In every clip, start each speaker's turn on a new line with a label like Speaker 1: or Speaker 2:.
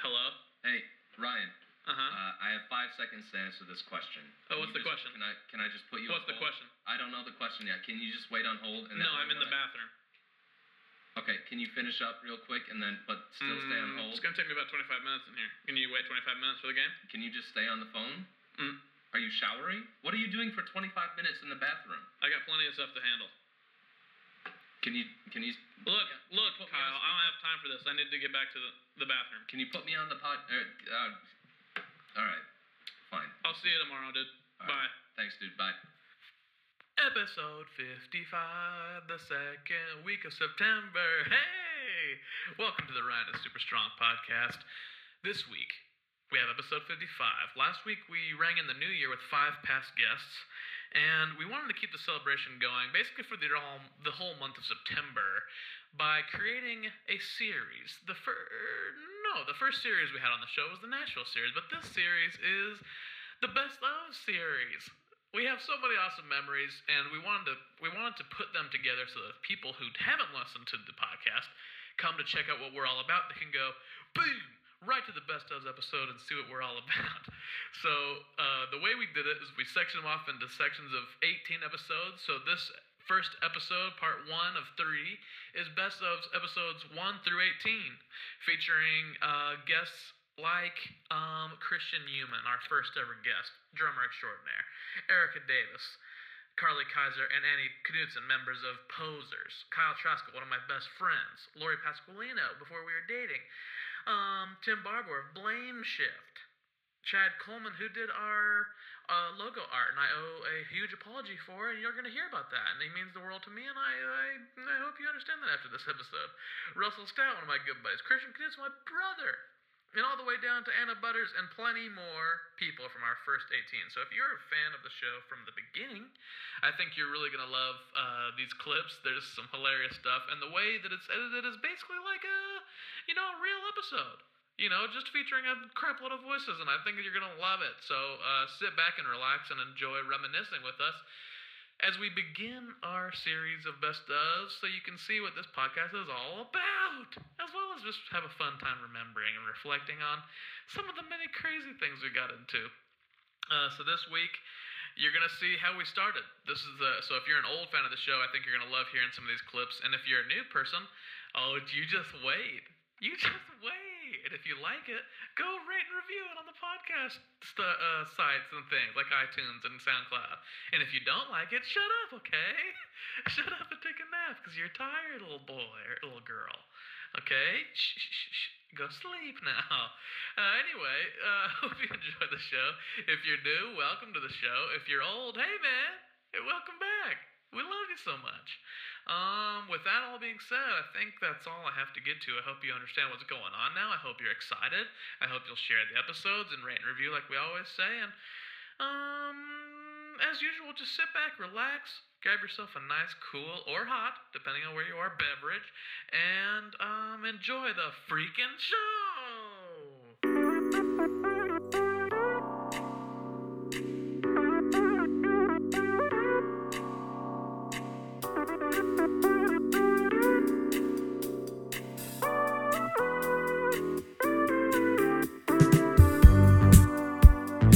Speaker 1: Hello?
Speaker 2: Hey, Ryan.
Speaker 1: Uh-huh.
Speaker 2: Uh, I have five seconds to answer this question.
Speaker 1: Oh,
Speaker 2: Can
Speaker 1: what's
Speaker 2: you
Speaker 1: the
Speaker 2: just-
Speaker 1: question?
Speaker 2: Can I can I just put you?
Speaker 1: What's
Speaker 2: on
Speaker 1: the
Speaker 2: hold?
Speaker 1: question?
Speaker 2: I don't know the question yet. Can you just wait on hold? And then
Speaker 1: No, I'm in
Speaker 2: when
Speaker 1: the
Speaker 2: I-
Speaker 1: bathroom.
Speaker 2: Okay. Can you finish up real quick and then but still stay
Speaker 1: Mm,
Speaker 2: on hold?
Speaker 1: It's gonna take me about 25 minutes in here. Can you wait 25 minutes for the game?
Speaker 2: Can you just stay on the phone?
Speaker 1: Mm.
Speaker 2: Are you showering? What are you doing for 25 minutes in the bathroom?
Speaker 1: I got plenty of stuff to handle.
Speaker 2: Can you can you
Speaker 1: Look,
Speaker 2: Yeah, you
Speaker 1: look,
Speaker 2: put me on
Speaker 1: Kyle, I don't have time for this. I need to get back to the, the bathroom.
Speaker 2: can you put me on the pod? Uh, uh, all right. Fine.
Speaker 1: I'll see you tomorrow, dude.
Speaker 2: All
Speaker 1: Bye.
Speaker 2: right. Thanks, dude. Bye.
Speaker 1: Episode 55, the second week of September. Hey! Welcome to the Ride is Super Strong podcast. This week, we have episode 55. Last week, we rang in the new year with five past guests, and we wanted to keep the celebration going basically for the, all, the whole month of September by creating a series. The fir- No, the first series we had on the show was the Nashville series, but this series is the best of series. We have so many awesome memories, and we wanted to we wanted to put them together so that if people who haven't listened to the podcast come to check out what we're all about, they can go boom right to the best ofs episode and see what we're all about. So uh, the way we did it is we sectioned them off into sections of 18 episodes. So this first episode, part one of three, is best of episodes one through 18, featuring uh, guests like um, Christian Newman, our first ever guest, drummer extraordinaire, Erica Davis, Carly Kaiser, and Annie Knudsen, members of Posers, Kyle Traskell, one of my best friends, Lori Pasqualino, before we were dating, um, Tim Barbour of Blame Shift. Chad Coleman, who did our uh, logo art, and I owe a huge apology for, and you're going to hear about that, and he means the world to me, and I, I, I hope you understand that after this episode. Russell Stout, one of my good buddies, Christian Knutz, my brother, and all the way down to Anna Butters and plenty more people from our first 18. So if you're a fan of the show from the beginning, I think you're really going to love uh, these clips. There's some hilarious stuff, and the way that it's edited is basically like a, you know, a real episode. You know, just featuring a crapload of voices, and I think you're going to love it. So uh, sit back and relax and enjoy reminiscing with us as we begin our series of best ofs so you can see what this podcast is all about, as well as just have a fun time remembering and reflecting on some of the many crazy things we got into. Uh, so this week, you're gonna see how we started. This is the so if you're an old fan of the show, I think you're gonna love hearing some of these clips. And if you're a new person, oh, you just wait. You just wait. And if you like it, go rate and review it on the podcast st- uh, sites and things like iTunes and SoundCloud. And if you don't like it, shut up, okay? shut up and take a nap because you're tired, little boy or little girl. Okay? Shh, shh, shh, shh. Go sleep now. Uh, anyway, uh, hope you enjoy the show. If you're new, welcome to the show. If you're old, hey man, hey, welcome back. We love you so much. Um, with that all being said, I think that's all I have to get to. I hope you understand what's going on now. I hope you're excited. I hope you'll share the episodes and rate and review like we always say. And um, as usual, just sit back, relax, grab yourself a nice, cool or hot, depending on where you are, beverage, and um, enjoy the freaking show.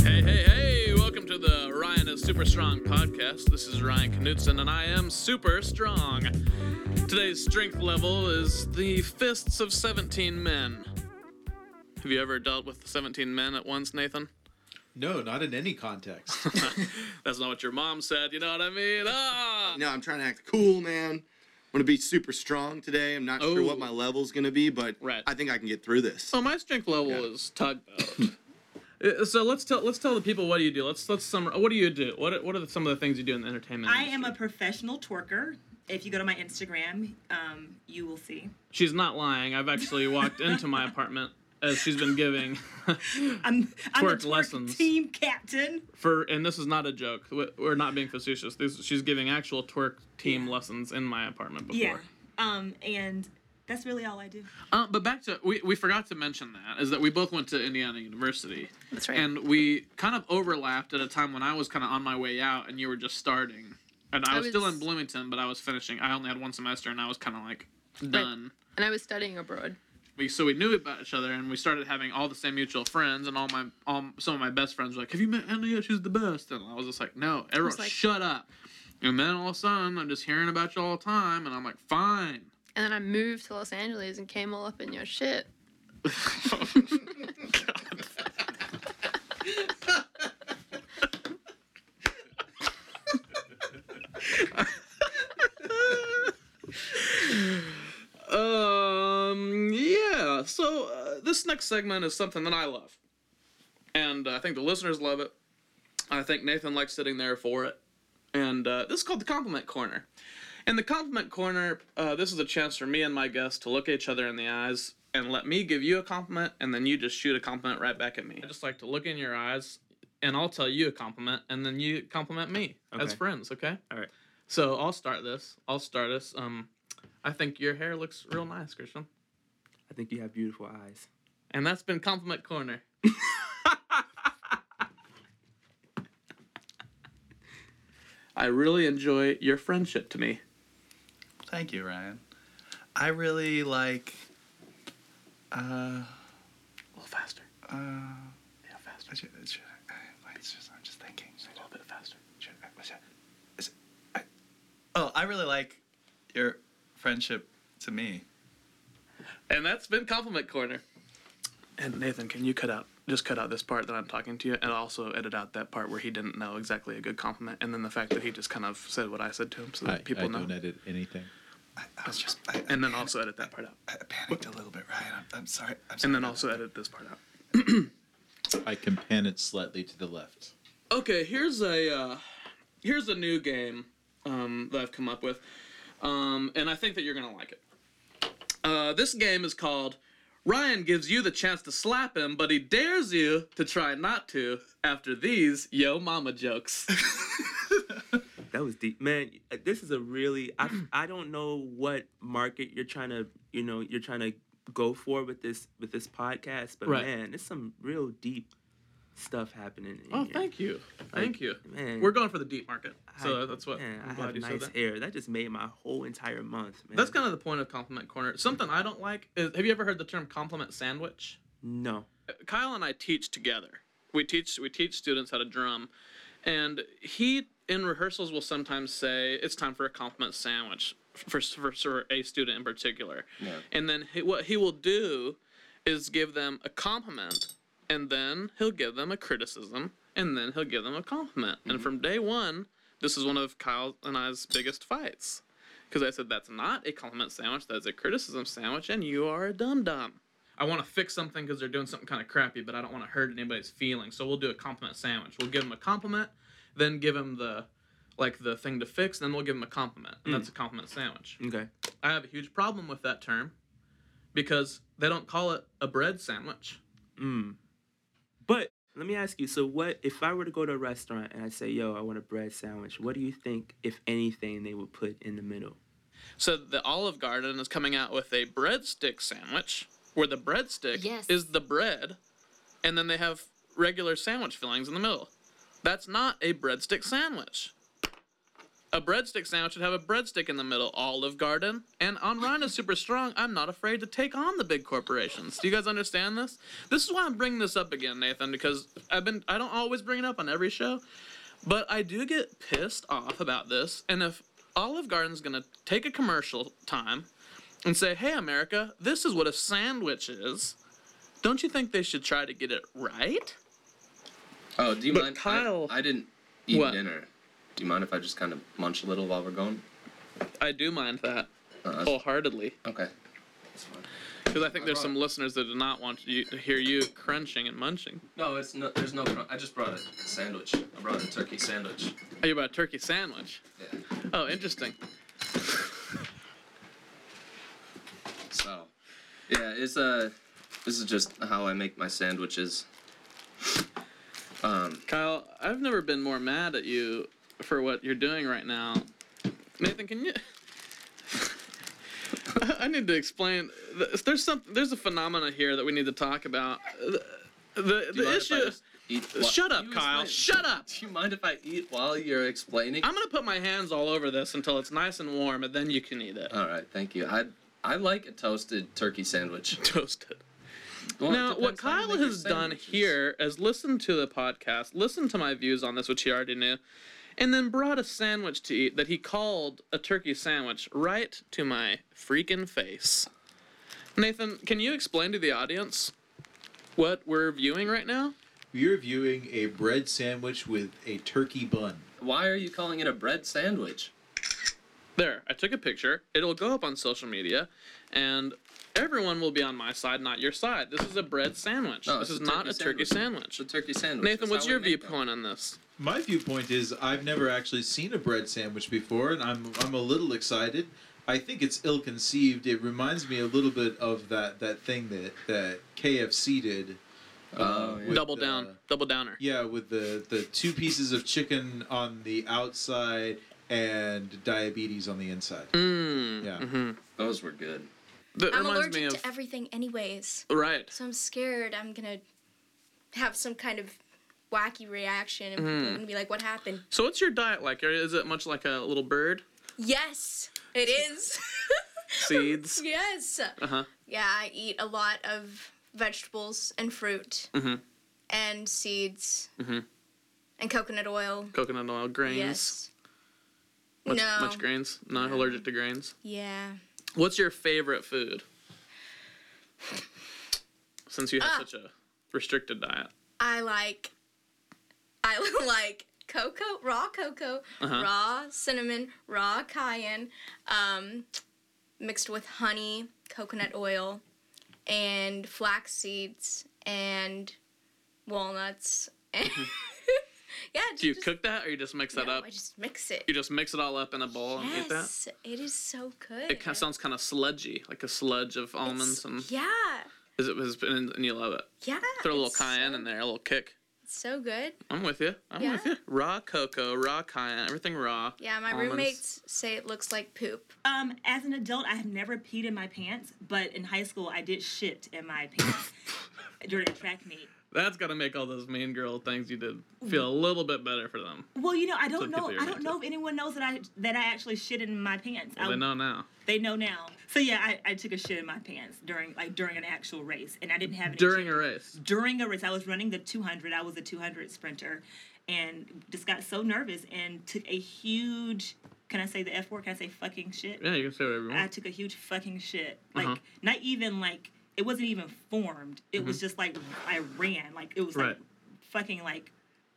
Speaker 1: Hey, hey, hey! Welcome to the Ryan is Super Strong podcast. This is Ryan Knutson, and I am super strong. Today's strength level is the fists of 17 men. Have you ever dealt with 17 men at once, Nathan?
Speaker 3: No, not in any context.
Speaker 1: That's not what your mom said, you know what I mean? Ah!
Speaker 4: No, I'm trying to act cool, man. I'm gonna be super strong today. I'm not sure
Speaker 1: Oh.
Speaker 4: what my level's gonna be, but
Speaker 1: Right.
Speaker 4: I think I can get through this.
Speaker 1: So my strength level is tugboat. Uh, so let's tell let's tell the people what do you do. Let's let's summarize. What do you do? What what are some of the things you do in the entertainment?
Speaker 5: I am a
Speaker 1: industry?
Speaker 5: professional twerker. If you go to my Instagram, um, you will see.
Speaker 1: She's not lying. I've actually walked into my apartment as she's been giving.
Speaker 5: I'm, I'm the
Speaker 1: Twerk lessons.
Speaker 5: team captain.
Speaker 1: for and this is not a joke. We- We're not being facetious. This, she's giving actual twerk team lessons in my apartment before.
Speaker 5: Yeah. Um, and that's really all I do.
Speaker 1: Uh, but back to we, we forgot to mention that is that we both went to Indiana University.
Speaker 5: That's right.
Speaker 1: And we kind of overlapped at a time when I was kind of on my way out and you were just starting. And I,
Speaker 6: I
Speaker 1: was, still
Speaker 6: was-
Speaker 1: in Bloomington, but I was finishing. I only had one semester and I was kind of like done.
Speaker 6: And I was studying abroad.
Speaker 1: we so we knew about each other, and we started having all the same mutual friends, and all my all some of my best friends were like, "Have you met Anna yet? She's the best." And I was just like, "No, everyone,
Speaker 6: like-
Speaker 1: shut up." And then all of a sudden, I'm just hearing about you all the time, and I'm like, "Fine."
Speaker 6: And then I moved to Los Angeles and came all up in your shit.
Speaker 1: Um, yeah. So uh, this next segment is something that I love, and uh, I think the listeners love it. I think Nathan likes sitting there for it, and uh, this is called the compliment corner. In the compliment corner, uh, this is a chance for me and my guest to look each other in the eyes and let me give you a compliment, and then you just shoot a compliment right back at me. I just like to look in your eyes, and I'll tell you a compliment, and then you compliment me as
Speaker 7: Okay.
Speaker 1: friends. Okay.
Speaker 7: All right.
Speaker 1: So I'll start this. I'll start us. Um, I think your hair looks real nice, Christian.
Speaker 7: I think you have beautiful eyes.
Speaker 1: And that's been Compliment Corner. I really enjoy your friendship to me.
Speaker 7: Thank you, Ryan. I really like. Uh,
Speaker 1: A little faster.
Speaker 7: uh, I
Speaker 1: Yeah, faster.
Speaker 7: should, should I, I, it's just, I'm just thinking. Uh,
Speaker 1: A little bit faster.
Speaker 7: Should I, should I, is, I, oh, I really like your friendship to me.
Speaker 1: And that's been Compliment Corner. And Nathan, can you cut out just cut out this part that I'm talking to you, and also edit out that part where he didn't know exactly a good compliment, and then the fact that he just kind of said what I said to him, so that
Speaker 3: I,
Speaker 1: people
Speaker 3: I
Speaker 1: know.
Speaker 3: don't edit anything.
Speaker 7: I, I was just. I, I
Speaker 1: And then
Speaker 7: pan-
Speaker 1: also edit that part out.
Speaker 7: I panicked a little bit, Ryan. I'm, I'm sorry. I'm sorry
Speaker 1: And then
Speaker 7: about
Speaker 1: also
Speaker 7: that.
Speaker 1: edit this part out.
Speaker 3: I can pan it slightly to the left.
Speaker 1: Okay, here's a uh, here's a new game um, that I've come up with, um, and I think that you're gonna like it. Uh, this game is called Ryan gives you the chance to slap him, but he dares you to try not to after these yo mama jokes.
Speaker 8: That was deep, man. uh, This is a really I I don't know what market you're trying to you know you're trying to go for with this with this podcast, but
Speaker 1: Right.
Speaker 8: man, there's some real deep stuff happening. In
Speaker 1: oh,
Speaker 8: here.
Speaker 1: thank you, thank you.
Speaker 8: man.
Speaker 1: We're going for the deep market, so
Speaker 8: I-
Speaker 1: that's what.
Speaker 8: Man, i
Speaker 1: I'm glad
Speaker 8: have
Speaker 1: you said
Speaker 8: nice
Speaker 1: that.
Speaker 8: hair. That just made my whole entire month, man.
Speaker 1: That's kind of the point of compliment corner. Something I don't like is have you ever heard the term compliment sandwich?
Speaker 8: no.
Speaker 1: Kyle and I teach together. We teach we teach students how to drum, and he in rehearsals will sometimes say it's time for a compliment sandwich for for, for a student in particular.
Speaker 2: Yeah.
Speaker 1: And then he, what he will do is give them a compliment, and then he'll give them a criticism, and then he'll give them a compliment. And from day one, this is one of Kyle and I's biggest fights. Because I said that's not a compliment sandwich, that's a criticism sandwich, and you are a dum dum. I want to fix something because they're doing something kind of crappy, but I don't want to hurt anybody's feelings. So we'll do a compliment sandwich. We'll give them a compliment, then give them the like the thing to fix, then we'll give them a compliment, and that's a compliment sandwich.
Speaker 8: Okay.
Speaker 1: I have a huge problem with that term because they don't call it a bread sandwich.
Speaker 8: Mm. But let me ask you. So, what if I were to go to a restaurant and I say, "Yo, I want a bread sandwich"? What do you think, if anything, they would put in the middle?
Speaker 1: So the Olive Garden is coming out with a breadstick sandwich, where the breadstick
Speaker 6: Yes.
Speaker 1: is the bread, and then they have regular sandwich fillings in the middle. That's not a breadstick sandwich. A breadstick sandwich should have a breadstick in the middle. Olive Garden and on Ryan is super strong. I'm not afraid to take on the big corporations. Do you guys understand this? This is why I'm bringing this up again, Nathan, because I've been I don't always bring it up on every show, but I do get pissed off about this. And if Olive Garden's gonna take a commercial time and say, "Hey, America, this is what a sandwich is," don't you think they should try to get it right?
Speaker 2: Oh, do you
Speaker 1: But
Speaker 2: mind? I-
Speaker 1: Kyle-
Speaker 2: I, didn't eat
Speaker 1: What?
Speaker 2: dinner. Do you mind if I just kind of munch a little while we're going?
Speaker 1: I do mind that
Speaker 2: Uh,
Speaker 1: wholeheartedly
Speaker 2: okay.
Speaker 1: because I think there's some listeners that do not want you to hear you crunching and munching.
Speaker 2: No, it's no. There's no. pro- I just brought a sandwich. I brought a turkey sandwich.
Speaker 1: Oh, you about a turkey sandwich?
Speaker 2: Yeah.
Speaker 1: Oh, interesting.
Speaker 2: So, yeah, it's uh, this is just how I make my sandwiches. Um,
Speaker 1: Kyle, I've never been more mad at you for what you're doing right now. Nathan, can you? I- I need to explain. th- There's some. There's a phenomena here that we need to talk about. The the,
Speaker 2: do you
Speaker 1: the
Speaker 2: mind if I
Speaker 1: issue.
Speaker 2: just eat whi-
Speaker 1: Shut up,
Speaker 2: You
Speaker 1: Kyle.
Speaker 2: explain-
Speaker 1: Shut up.
Speaker 2: Do you mind if I eat while you're explaining? Um,
Speaker 1: I'm gonna put my hands all over this until it's nice and warm, and then you can eat it.
Speaker 2: All right, thank you. I I like a toasted turkey sandwich.
Speaker 1: Toasted.
Speaker 2: Well, it
Speaker 1: now, what
Speaker 2: depends how you
Speaker 1: Kyle
Speaker 2: make your
Speaker 1: has done
Speaker 2: sandwiches.
Speaker 1: here is listen to the podcast, listen to my views on this, which he already knew, and then brought a sandwich to eat that he called a turkey sandwich right to my freaking face. Nathan, can you explain to the audience what we're viewing right now?
Speaker 3: You're viewing a bread sandwich with a turkey bun.
Speaker 2: Why are you calling it a bread sandwich?
Speaker 1: There, I took a picture. It'll go up on social media, and everyone will be on my side, not your side. This is a bread sandwich.
Speaker 2: No,
Speaker 1: this is
Speaker 2: it's a
Speaker 1: not
Speaker 2: turkey
Speaker 1: a turkey
Speaker 2: It's
Speaker 1: sandwich.
Speaker 2: a turkey sandwich.
Speaker 1: Nathan,
Speaker 2: That's
Speaker 1: what's
Speaker 2: how we
Speaker 1: your
Speaker 2: make them.
Speaker 1: viewpoint on this?
Speaker 3: My viewpoint is I've never actually seen a bread sandwich before, and I'm I'm a little excited. I think it's ill-conceived. It reminds me a little bit of that that thing that that KFC did.
Speaker 2: Oh, yeah.
Speaker 3: with,
Speaker 1: Double
Speaker 3: uh,
Speaker 1: down, double downer.
Speaker 3: Yeah, with the the two pieces of chicken on the outside and diabetes on the inside.
Speaker 1: Mm,
Speaker 3: Yeah.
Speaker 1: hmm
Speaker 2: Those were good.
Speaker 1: That
Speaker 9: I'm
Speaker 1: reminds
Speaker 9: allergic
Speaker 1: me of
Speaker 9: to everything, anyways.
Speaker 1: right.
Speaker 9: So I'm scared I'm gonna have some kind of wacky reaction and people are
Speaker 1: Hmm.
Speaker 9: gonna be like, "What happened?"
Speaker 1: So what's your diet like? Or Is it much like a little bird?
Speaker 9: Yes, it is.
Speaker 1: Seeds.
Speaker 9: yes.
Speaker 1: Uh huh.
Speaker 9: Yeah, I eat a lot of vegetables and fruit
Speaker 1: Mhm.
Speaker 9: and seeds
Speaker 1: Mhm.
Speaker 9: and coconut oil.
Speaker 1: Coconut oil, grains.
Speaker 9: Yes.
Speaker 1: Much,
Speaker 9: no.
Speaker 1: much grains. Not
Speaker 9: No.
Speaker 1: allergic to grains.
Speaker 9: Yeah.
Speaker 1: What's your favorite food? Since you have
Speaker 9: Ah.
Speaker 1: such a restricted diet.
Speaker 9: I like I like cocoa, raw cocoa,
Speaker 1: Uh-huh.
Speaker 9: raw cinnamon, raw cayenne, um, mixed with honey, coconut oil, and flax seeds and walnuts. And
Speaker 1: Mm-hmm.
Speaker 9: yeah,
Speaker 1: Do you
Speaker 9: just-
Speaker 1: cook that, or you just mix that
Speaker 9: no,
Speaker 1: up?
Speaker 9: I just mix it.
Speaker 1: You just mix it all up in a bowl and eat that.
Speaker 9: Yes, it is so good.
Speaker 1: It kind of sounds kind of sludgy, like a sludge of almonds, and
Speaker 9: Yeah,
Speaker 1: is it has been, and you love it.
Speaker 9: yeah.
Speaker 1: mm-hmm. Throw a little
Speaker 9: it's
Speaker 1: cayenne
Speaker 9: so,
Speaker 1: in there, a little kick.
Speaker 9: It's so good.
Speaker 1: I'm with you. I'm with
Speaker 9: Yeah.
Speaker 1: you. Raw cocoa, raw cayenne, everything raw.
Speaker 9: Yeah, my
Speaker 1: Almonds.
Speaker 9: roommates say it looks like poop.
Speaker 5: Um, as an adult, I have never peed in my pants, but in high school, I did shit in my pants during a track meet.
Speaker 1: That's gotta make all those mean girl things you did
Speaker 9: Mm-hmm.
Speaker 1: feel a little bit better for them.
Speaker 5: Well, you know, I
Speaker 1: Some
Speaker 5: don't
Speaker 1: people
Speaker 5: know.
Speaker 1: you're
Speaker 5: I don't
Speaker 1: into.
Speaker 5: know if anyone knows that I that I actually shit in my pants.
Speaker 1: Well,
Speaker 5: I,
Speaker 1: they know now.
Speaker 5: they know now. So yeah, I, I took a shit in my pants during like during an actual race, and I didn't have any
Speaker 1: During
Speaker 5: chicken.
Speaker 1: a race.
Speaker 5: during a race. I was running the 200. I was a 200 sprinter, and just got so nervous and took a huge. Can I say the F word? Can I say fucking shit?
Speaker 1: Yeah, you can say whatever you
Speaker 5: I
Speaker 1: want.
Speaker 5: took a huge fucking shit. Like
Speaker 1: Uh-huh.
Speaker 5: not even like it wasn't even formed. It was just like I ran. Like it was like
Speaker 1: Mm-hmm. Right.
Speaker 5: fucking like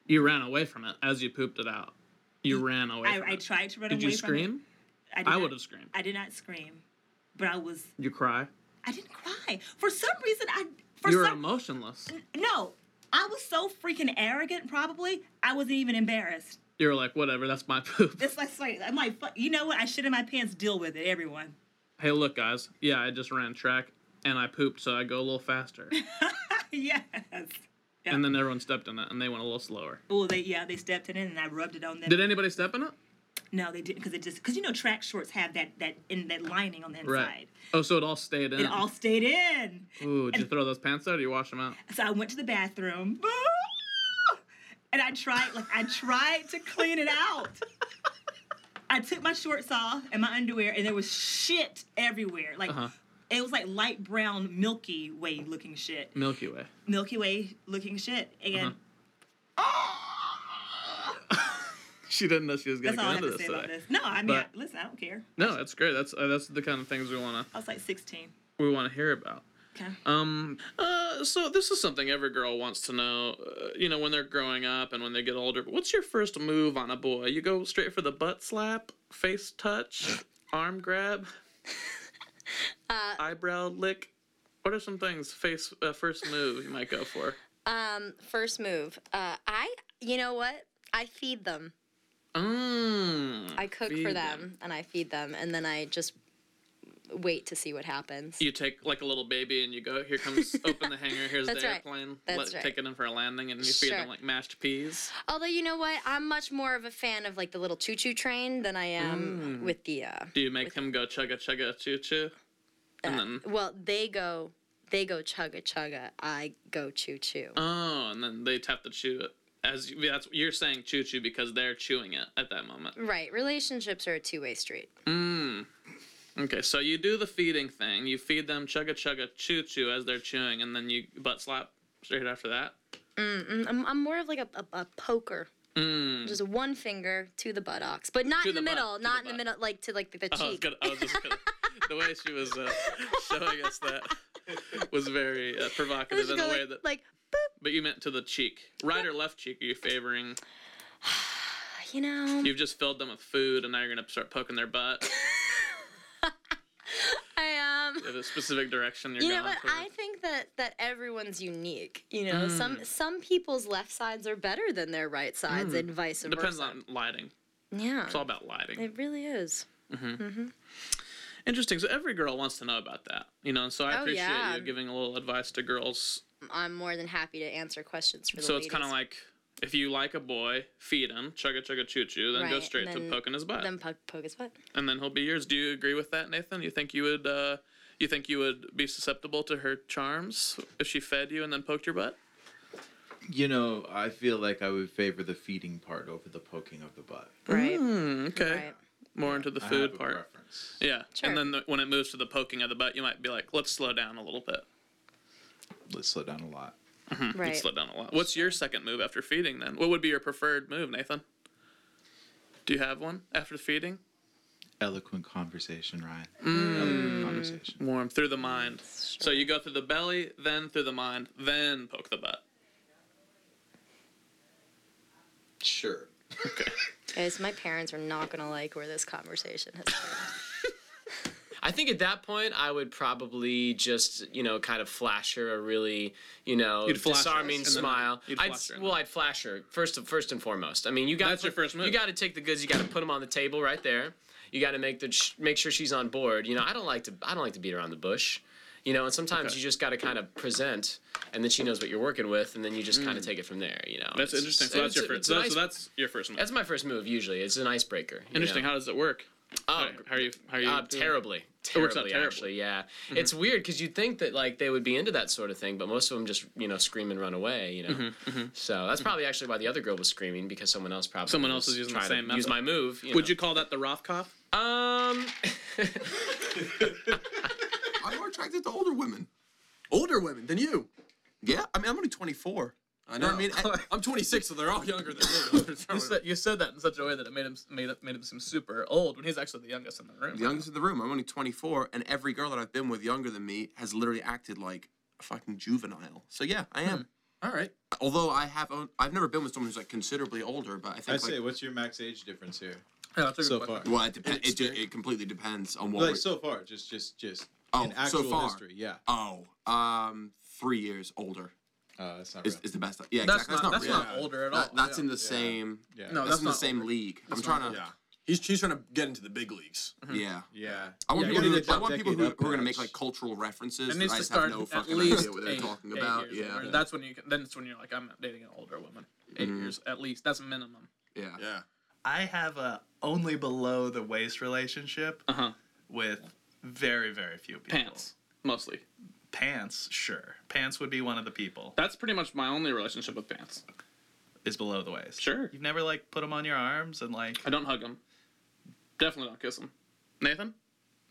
Speaker 1: You ran away from it as you pooped it out.
Speaker 9: Mm-hmm.
Speaker 1: You ran away
Speaker 5: I,
Speaker 1: from
Speaker 5: I
Speaker 1: Oh, it.
Speaker 5: tried to run
Speaker 1: Did
Speaker 5: away
Speaker 1: you
Speaker 5: from it.
Speaker 1: scream?
Speaker 5: I, did
Speaker 1: I
Speaker 5: not-
Speaker 1: would have screamed.
Speaker 5: I did not scream, but I was.
Speaker 1: You cry?
Speaker 5: I didn't cry for some reason. I for
Speaker 1: you were
Speaker 5: some
Speaker 1: emotionless.
Speaker 5: no. I was so freaking arrogant. Probably I wasn't even embarrassed.
Speaker 1: You were like, whatever, that's my poop.
Speaker 5: It's like, sorry, I'm like, fuck, you know what? I shit in my pants. Deal with it, everyone.
Speaker 1: hey, look, guys. Yeah, I just ran track and I pooped, so I go a little faster.
Speaker 5: yes. Yeah.
Speaker 1: And then everyone stepped in it and they went a little slower.
Speaker 5: Oh, they yeah, they stepped it in and I rubbed it on them.
Speaker 1: Did anybody step in it?
Speaker 5: no, they didn't because it just because you know track shorts have that that in that lining on the inside.
Speaker 1: Right. Oh, so it all stayed in.
Speaker 5: It all stayed in.
Speaker 1: Ooh, did you throw those pants out or you wash them out?
Speaker 5: So I went to the bathroom. And I tried, like I tried to clean it out. I took my shorts off and my underwear, and there was shit everywhere. Like
Speaker 1: Uh-huh.
Speaker 5: it was like light brown, Milky Way looking shit.
Speaker 1: Milky Way.
Speaker 5: Milky Way looking shit.
Speaker 1: Uh-huh.
Speaker 5: And
Speaker 1: She didn't know she was going
Speaker 5: that's
Speaker 1: to
Speaker 5: all I
Speaker 1: go
Speaker 5: have
Speaker 1: into
Speaker 5: to
Speaker 1: this
Speaker 5: say about
Speaker 1: today.
Speaker 5: this. No, I mean, I,
Speaker 1: But-
Speaker 5: listen, I don't care.
Speaker 1: No, that's great. That's uh, that's the kind of things we want to
Speaker 5: I was like 16.
Speaker 1: we want to hear about.
Speaker 5: Okay.
Speaker 1: Um, uh, so this is something every girl wants to know. Uh, you know, when they're growing up and when they get older. But what's your first move on a boy? You go straight for the butt slap, face touch, arm grab,
Speaker 9: Uh,
Speaker 1: eyebrow lick. What are some things face uh, first move you might go for?
Speaker 9: Um, first move. Uh, I, you know what? I feed them.
Speaker 1: Mm,
Speaker 9: I cook
Speaker 1: feed
Speaker 9: for them, and I feed them, and then I just wait to see what happens.
Speaker 1: You take like a little baby and you go. Here comes open the hanger. Here's
Speaker 9: That's
Speaker 1: the
Speaker 9: right.
Speaker 1: airplane.
Speaker 9: That's right.
Speaker 1: Take it in for a landing and you feed
Speaker 9: Sure.
Speaker 1: them like mashed peas.
Speaker 9: Although you know what, I'm much more of a fan of like the little choo-choo train than I
Speaker 1: Mm.
Speaker 9: am with the. Uh,
Speaker 1: Do you make him go chugga chugga choo choo?
Speaker 10: Uh,
Speaker 1: And then
Speaker 9: well, they go, they go chugga chugga. I go choo-choo.
Speaker 1: oh, and then they have to chew it. As you- that's you're saying choo choo because they're chewing it at that moment.
Speaker 9: Right. Relationships are a two-way street.
Speaker 1: Mm. Okay, so you do the feeding thing. You feed them chugga chugga choo choo as they're chewing, and then you butt slap straight after that.
Speaker 10: Mm-mm. I'm, I'm more of like a, a, a poker.
Speaker 1: Mm.
Speaker 10: Just one finger to the buttocks, but not
Speaker 1: To
Speaker 10: in the,
Speaker 1: the butt,
Speaker 10: middle,
Speaker 1: to the
Speaker 10: not in
Speaker 1: butt.
Speaker 10: the middle, like to like the, the
Speaker 1: Oh, I was
Speaker 10: cheek.
Speaker 1: gonna, I was just gonna, the way she was uh, showing us that was very uh,
Speaker 10: It was
Speaker 1: provocative
Speaker 10: just
Speaker 1: in a
Speaker 10: go
Speaker 1: way
Speaker 10: like,
Speaker 1: that.
Speaker 10: like,
Speaker 1: But you meant to the cheek, right or left cheek? Are you favoring?
Speaker 10: you know,
Speaker 1: You've just filled them with food, and now you're gonna start poking their butt.
Speaker 10: I am. Um,
Speaker 1: in a specific direction you're
Speaker 10: you
Speaker 1: going
Speaker 10: know what?
Speaker 1: toward.
Speaker 10: I think that that everyone's unique. You know,
Speaker 1: Mm.
Speaker 10: some some people's left sides are better than their right sides, and vice versa.
Speaker 1: Hmm. Depends on lighting.
Speaker 10: Yeah,
Speaker 1: It's all about lighting. Mm-hmm.
Speaker 10: it really is. Mm-hmm.
Speaker 1: Interesting. So every girl wants to know about that, you know. And so I
Speaker 10: Oh,
Speaker 1: appreciate
Speaker 10: yeah.
Speaker 1: you giving a little advice to girls.
Speaker 10: I'm more than happy to answer questions for the
Speaker 1: so
Speaker 10: ladies.
Speaker 1: it's kind of like if you like a boy, feed him, chugga chugga choo choo, then
Speaker 10: Right,
Speaker 1: go
Speaker 10: and
Speaker 1: straight to
Speaker 10: then-
Speaker 1: poking his butt,
Speaker 10: Then poke, poke his butt.
Speaker 1: and then he'll be yours. Do you agree with that, Nathan? You think you would? uh You think you would be susceptible to her charms if she fed you and then poked your butt?
Speaker 3: You know, I feel like I would favor the feeding part over the poking of the butt.
Speaker 10: Right.
Speaker 1: Hmm, okay.
Speaker 10: Right.
Speaker 1: More into the
Speaker 3: I
Speaker 1: food
Speaker 3: have a
Speaker 1: part.
Speaker 3: preference.
Speaker 1: Yeah.
Speaker 10: Sure.
Speaker 1: And then the, when it moves to the poking of the butt, you might be like, let's slow down a little bit.
Speaker 3: Let's slow down a lot.
Speaker 1: Mm-hmm. Let's
Speaker 10: Right.
Speaker 1: slow down a lot. What's your second move after feeding then? What would be your preferred move, Nathan? Do you have one after feeding?
Speaker 3: Eloquent conversation, Ryan.
Speaker 1: Mm.
Speaker 3: Eloquent Mm. conversation.
Speaker 1: Warm through the mind. So you go through the belly, then through the mind, then poke the butt.
Speaker 3: Sure.
Speaker 10: Guys, my parents are not gonna like where this conversation has gone.
Speaker 11: I think at that point I would probably just you know kind of flash her a really you know
Speaker 1: You'd flash her,
Speaker 11: disarming
Speaker 1: and then-
Speaker 11: smile.
Speaker 1: you'd
Speaker 11: I'd,
Speaker 1: flash her, and
Speaker 11: well, I'd flash her first first and foremost. I mean, you got
Speaker 1: That's your first move.
Speaker 11: You got to take the goods. You got to put them on the table right there. You got to make the sh- make sure she's on board. You know, I don't like to I don't like to beat around the bush. You know, and sometimes
Speaker 1: Okay.
Speaker 11: you just got to kind of present, and then she knows what you're working with, and then you just kind of take it from there. You know,
Speaker 1: Mm. Oh, That's
Speaker 11: It's-
Speaker 1: interesting.
Speaker 11: it's-
Speaker 1: So that's your
Speaker 11: it's a-
Speaker 1: first.
Speaker 11: it's a
Speaker 1: So,
Speaker 11: nice-
Speaker 1: so that's your first move.
Speaker 11: that's my first move usually. It's an icebreaker. you
Speaker 1: interesting.
Speaker 11: know?
Speaker 1: How does it work?
Speaker 11: Oh,
Speaker 1: How- how are you? How are you?
Speaker 11: uh,
Speaker 1: doing?
Speaker 11: terribly.
Speaker 1: It
Speaker 11: Terribly,
Speaker 1: works out terribly. Mm-hmm.
Speaker 11: actually, yeah. It's weird because you'd think that like they would be into that sort of thing, but most of them just you know scream and run away, you know.
Speaker 1: Mm-hmm.
Speaker 11: So that's probably actually why the other girl was screaming because someone else probably
Speaker 1: Someone
Speaker 11: was
Speaker 1: else is using the
Speaker 11: trying to
Speaker 1: same
Speaker 11: Use
Speaker 1: method.
Speaker 11: my move.
Speaker 1: Would you call that the Rothkopf?
Speaker 11: you? Um,
Speaker 4: I'm more attracted to older women. Older women than you. Yeah, I mean, I'm only 24.
Speaker 2: I
Speaker 4: You know what I mean? I- I'm 26, so they're all younger than me.
Speaker 1: You said, you said that in such a way that it made him made, it- made him seem super old when he's actually the youngest in the room.
Speaker 4: the youngest in the room. I'm only 24, and every girl that I've been with younger than me has literally acted like a fucking juvenile. So yeah, I am.
Speaker 2: All right.
Speaker 4: Although I have, own- I've never been with someone who's like considerably older, but I
Speaker 3: I
Speaker 4: think like,
Speaker 3: say, what's your max age difference here?
Speaker 1: Yeah, that's a good
Speaker 3: So
Speaker 1: question.
Speaker 3: far.
Speaker 4: well, it, dep- it, ju- it completely depends on what.
Speaker 3: Like
Speaker 4: we-
Speaker 3: so far, just just just
Speaker 4: Oh,
Speaker 3: in
Speaker 4: so
Speaker 3: actual
Speaker 4: far.
Speaker 3: history, yeah.
Speaker 4: oh, um, three years older
Speaker 3: Uh, that's not
Speaker 4: is,
Speaker 3: real.
Speaker 4: is the best. Yeah,
Speaker 1: That's
Speaker 4: exactly.
Speaker 1: not-
Speaker 4: that's
Speaker 1: that's
Speaker 4: real.
Speaker 1: not older at
Speaker 4: That-
Speaker 1: all.
Speaker 4: that's
Speaker 1: Yeah.
Speaker 4: in the same.
Speaker 3: yeah.
Speaker 1: No,
Speaker 4: that's,
Speaker 1: that's
Speaker 4: in the
Speaker 1: not
Speaker 4: same league. I'm trying to.
Speaker 12: Yeah. He's, he's trying to get into the big leagues.
Speaker 1: Mm-hmm.
Speaker 4: Yeah.
Speaker 3: yeah.
Speaker 4: I want
Speaker 3: Yeah,
Speaker 4: people
Speaker 3: you
Speaker 4: who,
Speaker 3: need to
Speaker 4: I want people who,
Speaker 3: decade
Speaker 4: who are going to
Speaker 3: up
Speaker 4: make
Speaker 3: match.
Speaker 4: like cultural references.
Speaker 1: It
Speaker 4: and I
Speaker 1: needs to
Speaker 4: just have
Speaker 1: start
Speaker 4: no
Speaker 1: at
Speaker 4: fucking
Speaker 1: least
Speaker 4: idea what they're
Speaker 1: eight,
Speaker 4: talking
Speaker 1: eight
Speaker 4: about.
Speaker 1: years
Speaker 4: Yeah.
Speaker 1: older. That's when you can- then it's when you're like, I'm not dating an older woman. 8
Speaker 4: Mm-hmm.
Speaker 1: years at least. That's minimum.
Speaker 4: yeah.
Speaker 12: Yeah.
Speaker 7: I have a only below the waist relationship
Speaker 1: Uh huh.
Speaker 7: with very very few people.
Speaker 1: Pants mostly.
Speaker 7: Pants, sure. Pants would be one of the people.
Speaker 1: That's pretty much my only relationship with pants.
Speaker 7: Is below the waist.
Speaker 1: Sure.
Speaker 7: You've never like put them on your arms and like.
Speaker 1: I don't hug him. Definitely don't kiss him. Nathan,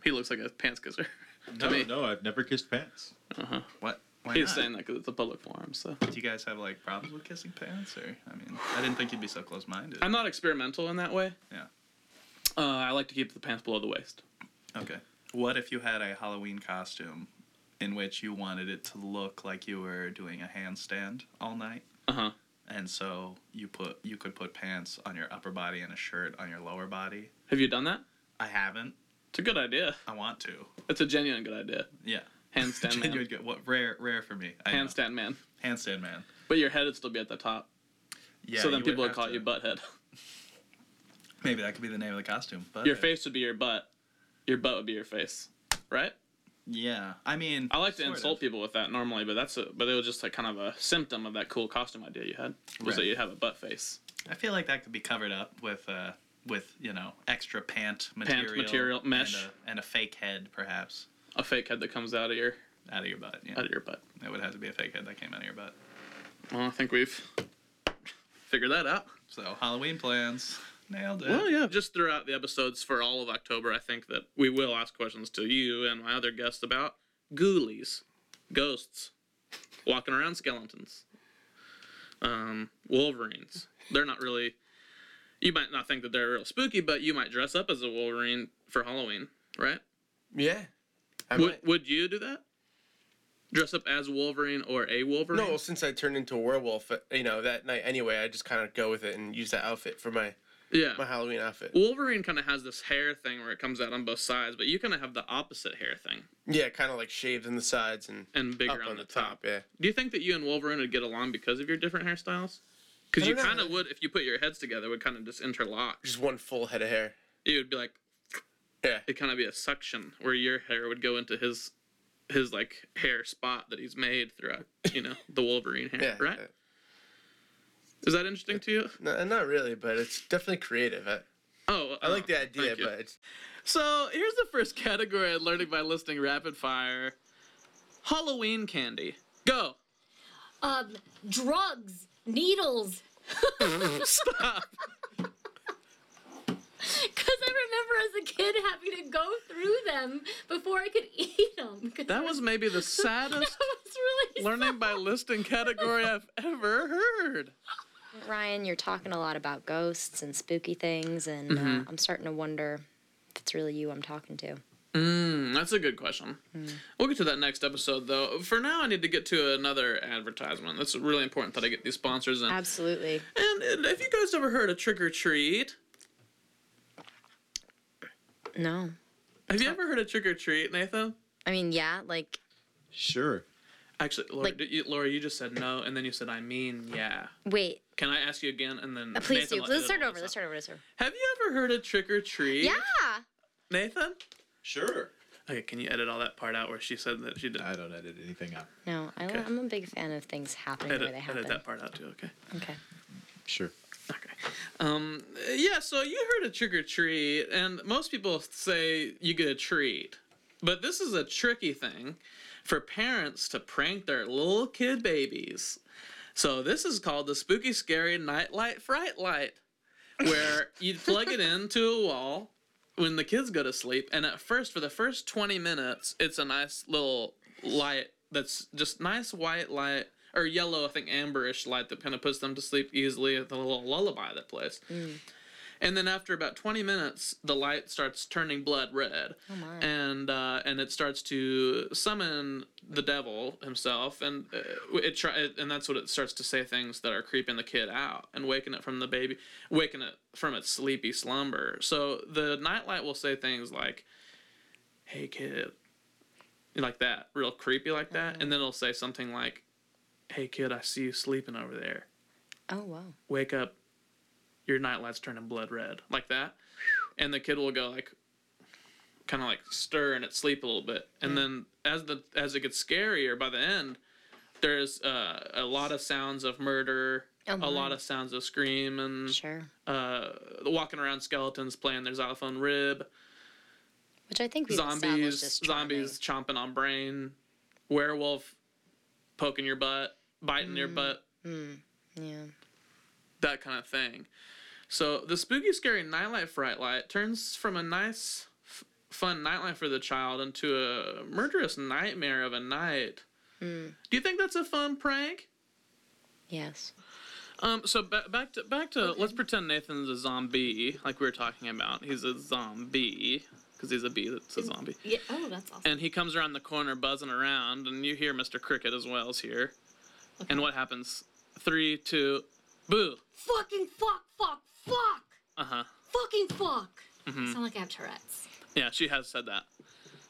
Speaker 1: he looks like a pants kisser.
Speaker 3: No,
Speaker 1: me.
Speaker 3: no, I've never kissed pants.
Speaker 1: Uh huh.
Speaker 7: What? Why
Speaker 1: He's
Speaker 7: not?
Speaker 1: saying that because it's a public forum. So
Speaker 7: Do you guys have like problems with kissing pants, or I mean, I didn't think you'd be so close-minded.
Speaker 1: I'm not experimental in that way.
Speaker 7: Yeah.
Speaker 1: Uh, I like to keep the pants below the waist.
Speaker 7: Okay. What if you had a Halloween costume in which you wanted it to look like you were doing a handstand all night?
Speaker 1: Uh huh.
Speaker 7: And so you put you could put pants on your upper body and a shirt on your lower body.
Speaker 1: Have you done that?
Speaker 7: I haven't.
Speaker 1: It's a good idea.
Speaker 7: I want to.
Speaker 1: It's a genuine good idea.
Speaker 7: Yeah.
Speaker 1: Handstand man.
Speaker 7: Genuine good- What rare rare for me. I know.
Speaker 1: Handstand man.
Speaker 7: Handstand man.
Speaker 1: But your head would still be at the top.
Speaker 7: Yeah.
Speaker 1: so then
Speaker 7: you
Speaker 1: people would
Speaker 7: have
Speaker 1: call
Speaker 7: to-
Speaker 1: you butthead.
Speaker 7: Maybe that could be the name of the costume. But
Speaker 1: Your face would be your butt. Your butt would be your face. Right?
Speaker 7: Yeah. I mean.
Speaker 1: I like to
Speaker 7: sort
Speaker 1: insult
Speaker 7: of.
Speaker 1: people with that normally, but that's a but it was just like kind of a symptom of that cool costume idea you had. Was that
Speaker 7: Right.
Speaker 1: you have a butt face.
Speaker 7: I feel like that could be covered up with uh with you know extra pant material,
Speaker 1: Pant material, mesh.
Speaker 7: and a, and a fake head perhaps
Speaker 1: A fake head that comes out of your
Speaker 7: out of your butt. Yeah.
Speaker 1: out of your butt.
Speaker 7: It would have to be a fake head that came out of your butt.
Speaker 1: Well, I think we've figured that out.
Speaker 7: So Halloween plans. Nailed
Speaker 13: Oh,
Speaker 7: it.
Speaker 1: Well, yeah, just throughout the episodes for all of October, I think that we will ask questions to you and my other guests about ghoulies, ghosts, walking around skeletons, um, wolverines. They're not really. You might not think that they're real spooky, but you might dress up as a wolverine for Halloween, right?
Speaker 11: Yeah. I
Speaker 1: Would Would you do that? Dress up as Wolverine or a Wolverine?
Speaker 13: No, well, since I turned into a werewolf, uh, you know, that night anyway, I just kind of go with it and use that outfit for my
Speaker 1: Yeah.
Speaker 13: my Halloween outfit.
Speaker 1: Wolverine kind of has this hair thing where it comes out on both sides, but you kind of have the opposite hair thing.
Speaker 13: Yeah, kind of like shaved in the sides and
Speaker 1: and bigger
Speaker 13: up
Speaker 1: on,
Speaker 13: on
Speaker 1: the,
Speaker 13: the
Speaker 1: top.
Speaker 13: Yeah.
Speaker 1: Do you think that you and Wolverine would get along because of your different hairstyles?
Speaker 13: I
Speaker 1: Because you
Speaker 13: don't know.
Speaker 1: kind of would if you put your heads together, would kind of just interlock.
Speaker 13: Just one full head of hair.
Speaker 1: It would be like,
Speaker 13: yeah,
Speaker 1: it kind of be a suction where your hair would go into his, his like hair spot that he's made throughout, you know, the Wolverine hair,
Speaker 13: Yeah,
Speaker 1: right? Is that interesting to you?
Speaker 13: No, not really, but it's definitely creative. I,
Speaker 1: Oh,
Speaker 13: I like the idea,
Speaker 1: thank you.
Speaker 13: but it's
Speaker 1: So here's the first category of learning by listening rapid fire: Halloween candy. Go.
Speaker 14: Um, drugs, needles.
Speaker 1: Stop.
Speaker 14: Because I remember as a kid having to go through them before I could eat them.
Speaker 1: That was maybe the saddest learning by listening category I've ever heard.
Speaker 10: Ryan, you're talking a lot about ghosts and spooky things, and uh,
Speaker 1: Mhm.
Speaker 10: I'm starting to wonder if it's really you I'm talking to.
Speaker 1: Mm, that's a good question.
Speaker 10: Mm.
Speaker 1: We'll get to that next episode, though. For now, I need to get to another advertisement. That's really important that I get these sponsors in.
Speaker 10: Absolutely.
Speaker 1: And, and have you guys ever heard of trick or treat?
Speaker 10: No.
Speaker 1: Have you ever heard of trick or treat, Nathan?
Speaker 10: I mean, yeah, like,
Speaker 3: Sure.
Speaker 1: Actually, Laura, did you, Laura, you just said no, and then you said I mean yeah.
Speaker 10: wait.
Speaker 1: Can I ask you again? And then
Speaker 10: Uh, please
Speaker 1: Nathan
Speaker 10: do.
Speaker 1: let-
Speaker 10: Let's
Speaker 1: it'll-
Speaker 10: start over. Let's start over. Let's start
Speaker 1: Have you ever heard of trick or treat?
Speaker 10: over. Yeah.
Speaker 1: Nathan.
Speaker 3: Sure.
Speaker 1: Okay, can you edit all that part out where she said that she did? I
Speaker 3: don't edit anything out.
Speaker 10: No, I,
Speaker 1: Okay.
Speaker 10: I'm a big fan of things happening the way
Speaker 1: Edit,
Speaker 10: they
Speaker 1: edit
Speaker 10: happen.
Speaker 1: that part out too. Okay.
Speaker 10: Okay.
Speaker 3: Sure.
Speaker 1: Um, yeah, so you heard a trick or treat, and most people say you get a treat. But this is a tricky thing for parents to prank their little kid babies. So this is called the spooky, scary nightlight fright light, where you plug it into a wall when the kids go to sleep. And at first, for the first 20 minutes, it's a nice little light that's just nice white light or yellow, I think amberish light that kind of puts them to sleep easily with a little lullaby that plays. Mm-hmm. And then after about 20 minutes, the light starts turning blood red.
Speaker 10: Oh my.
Speaker 1: And uh, and it starts to summon the devil himself, and uh, it try and that's what it starts to say things that are creeping the kid out and waking it from the baby, waking it from its sleepy slumber. So the nightlight will say things like, "Hey kid," like that, real creepy like that, and then it'll say something like, "Hey kid, I see you sleeping over there."
Speaker 10: Oh wow.
Speaker 1: wake up your nightlight's turning blood red like that and the kid will go like kind of like stir in its sleep a little bit and then as the as it gets scarier by the end there's uh, a lot of sounds of murder
Speaker 10: Oh,
Speaker 1: a lot
Speaker 10: my.
Speaker 1: of sounds of screaming
Speaker 10: sure
Speaker 1: uh, walking around skeletons playing their xylophone rib
Speaker 10: Which I think we've established
Speaker 1: zombies
Speaker 10: is
Speaker 1: zombies chomping on brain werewolf poking your butt biting your butt
Speaker 10: Mm, yeah.
Speaker 1: that kind of thing. So the spooky, scary nightlight fright light turns from a nice, f- fun nightlight for the child into a murderous nightmare of a night.
Speaker 10: Mm,
Speaker 1: Do you think that's a fun prank?
Speaker 10: yes.
Speaker 1: Um. So ba- back to back to let's pretend Nathan's a zombie, like we were talking about. He's a zombie because he's a bee that's a zombie.
Speaker 14: Yeah. Oh, that's awesome.
Speaker 1: And he comes around the corner buzzing around, and you hear Mr. Cricket as well is here. And what happens? Three, two, boo.
Speaker 14: Fucking fuck, fuck, fuck,
Speaker 1: Uh huh.
Speaker 14: fucking fuck.
Speaker 1: Mhm.
Speaker 14: Sound like I have Tourette's.
Speaker 1: Yeah, she has said that.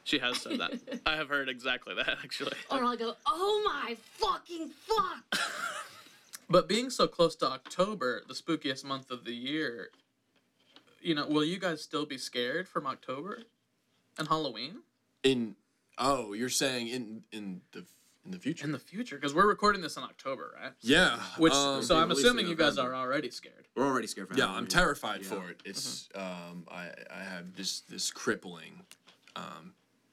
Speaker 1: She has said that. I have heard exactly that, actually.
Speaker 14: Or I'll go, oh my fucking fuck.
Speaker 1: But being so close to October, the spookiest month of the year, you know, will you guys still be scared from October and Halloween?
Speaker 12: In oh, you're saying in in the in the future.
Speaker 1: In the future, because we're recording this in October, right?
Speaker 12: Yeah,
Speaker 1: Which,
Speaker 12: um,
Speaker 1: so
Speaker 12: we
Speaker 1: I'm
Speaker 12: released
Speaker 1: assuming
Speaker 12: in
Speaker 1: you guys are
Speaker 12: November.
Speaker 1: already scared.
Speaker 4: We're already scared for
Speaker 12: yeah,
Speaker 4: Halloween.
Speaker 12: I'm terrified
Speaker 4: Yeah.
Speaker 12: for it. It's um, I I have this this crippling. Um,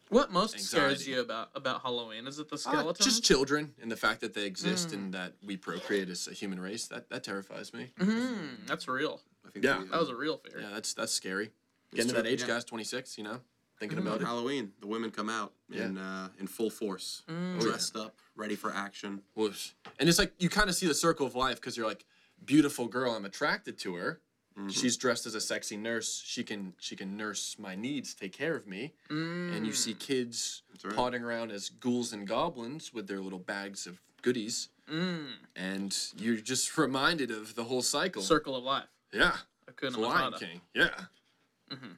Speaker 1: What most scares
Speaker 12: Anxiety.
Speaker 1: you about about Halloween? Is it the
Speaker 12: uh,
Speaker 1: skeleton?
Speaker 12: just children and the fact that they exist
Speaker 1: Mm.
Speaker 12: and that we procreate as a human race that that terrifies me.
Speaker 1: Mm, that's real.
Speaker 12: I
Speaker 2: fucking
Speaker 4: Yeah.
Speaker 2: crazy.
Speaker 4: That was a
Speaker 2: real fear.
Speaker 4: Yeah, that's that's scary.
Speaker 15: It's
Speaker 4: Getting to that
Speaker 15: true,
Speaker 4: age,
Speaker 15: yeah.
Speaker 4: guys, 26. You know, thinking
Speaker 15: Mhm.
Speaker 4: about it.
Speaker 15: Halloween, the women come out
Speaker 4: Yeah.
Speaker 15: in uh, in full force,
Speaker 4: Mm. Oh, yeah.
Speaker 15: dressed up, ready for action.
Speaker 4: Whoosh. And it's like you kind of see the circle of life because you're like, beautiful girl, I'm attracted to her.
Speaker 15: Mm-hmm.
Speaker 4: She's dressed as a sexy nurse. She can she can nurse my needs, take care of me.
Speaker 12: Mm,
Speaker 4: And you see kids
Speaker 15: right.
Speaker 4: potting around as ghouls and goblins with their little bags of goodies.
Speaker 2: Mm.
Speaker 4: And you're just reminded of the whole cycle.
Speaker 2: Circle of life.
Speaker 4: Yeah.
Speaker 2: Hakuna
Speaker 4: The Lion
Speaker 2: Matata.
Speaker 4: King. Yeah.
Speaker 2: Mm-hmm.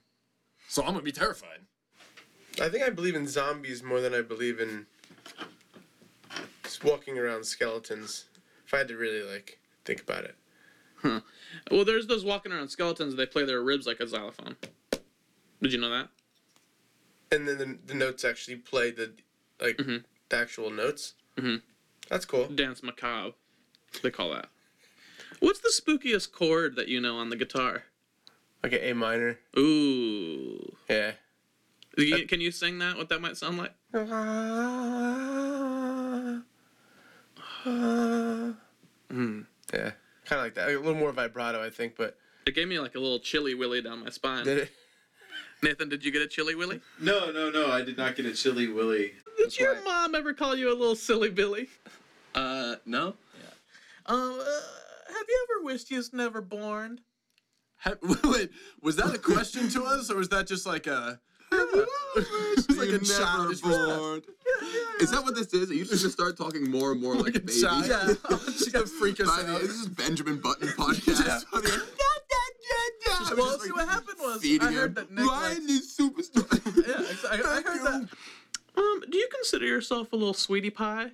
Speaker 4: So I'm gonna be terrified.
Speaker 2: I think I believe in zombies more than I believe in just walking around skeletons. If I had to really like think about it.
Speaker 1: Well, there's those walking around skeletons. They play their ribs like a xylophone. Did you know that?
Speaker 2: And then the, the notes actually play the like the actual notes.
Speaker 1: Mhm.
Speaker 2: That's cool.
Speaker 1: Mm-hmm. Dance macabre, they call that. What's the spookiest chord that you know on the guitar?
Speaker 2: Like an A minor.
Speaker 1: Ooh.
Speaker 2: Yeah.
Speaker 1: You- Can you sing that? What that might sound like?
Speaker 2: Hmm. Yeah. Kind of like that. A little more vibrato, I think, but
Speaker 1: It gave me like a little chilly willy down my spine.
Speaker 2: Did it?
Speaker 1: Nathan, did you get a chilly willy?
Speaker 3: No, no, no. I did not get a chilly willy.
Speaker 1: Did your mom ever call you a little silly Billy?
Speaker 16: Uh, no.
Speaker 1: Um, uh, have you ever wished you was never born?
Speaker 4: Wait, was that a question to us, or was that just like a?
Speaker 15: It's like a child born. Is that what this is? You should just start talking more and more like a baby.
Speaker 4: child. Yeah. She's gonna freak us out.
Speaker 15: This is Benjamin Button podcast.
Speaker 1: Well, see what happened was
Speaker 15: feeding
Speaker 1: I heard
Speaker 15: him.
Speaker 1: that Nick Ryan
Speaker 15: is
Speaker 1: superstar. yeah, ex- I, I heard that. Um, do you consider yourself a little sweetie pie?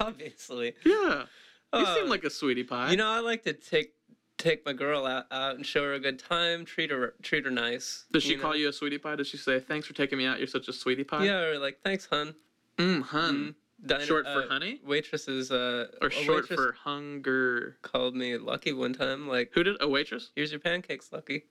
Speaker 17: Obviously.
Speaker 1: Yeah. You seem
Speaker 17: Uh,
Speaker 1: like a sweetie pie.
Speaker 17: You know, I like to take take my girl out, out and show her a good time, treat her treat her nice.
Speaker 1: Does she call you a sweetie pie? Does she say thanks for taking me out? You're such a sweetie pie?
Speaker 17: Yeah, or like thanks, hun.
Speaker 1: Mm, hun.
Speaker 17: Dine-
Speaker 1: Short for
Speaker 17: uh,
Speaker 1: honey?
Speaker 17: Waitresses. Uh,
Speaker 1: Or
Speaker 17: a
Speaker 1: short
Speaker 17: waitress
Speaker 1: for hunger.
Speaker 17: Called me lucky one time. Like
Speaker 1: who did a waitress?
Speaker 17: Here's your pancakes, lucky.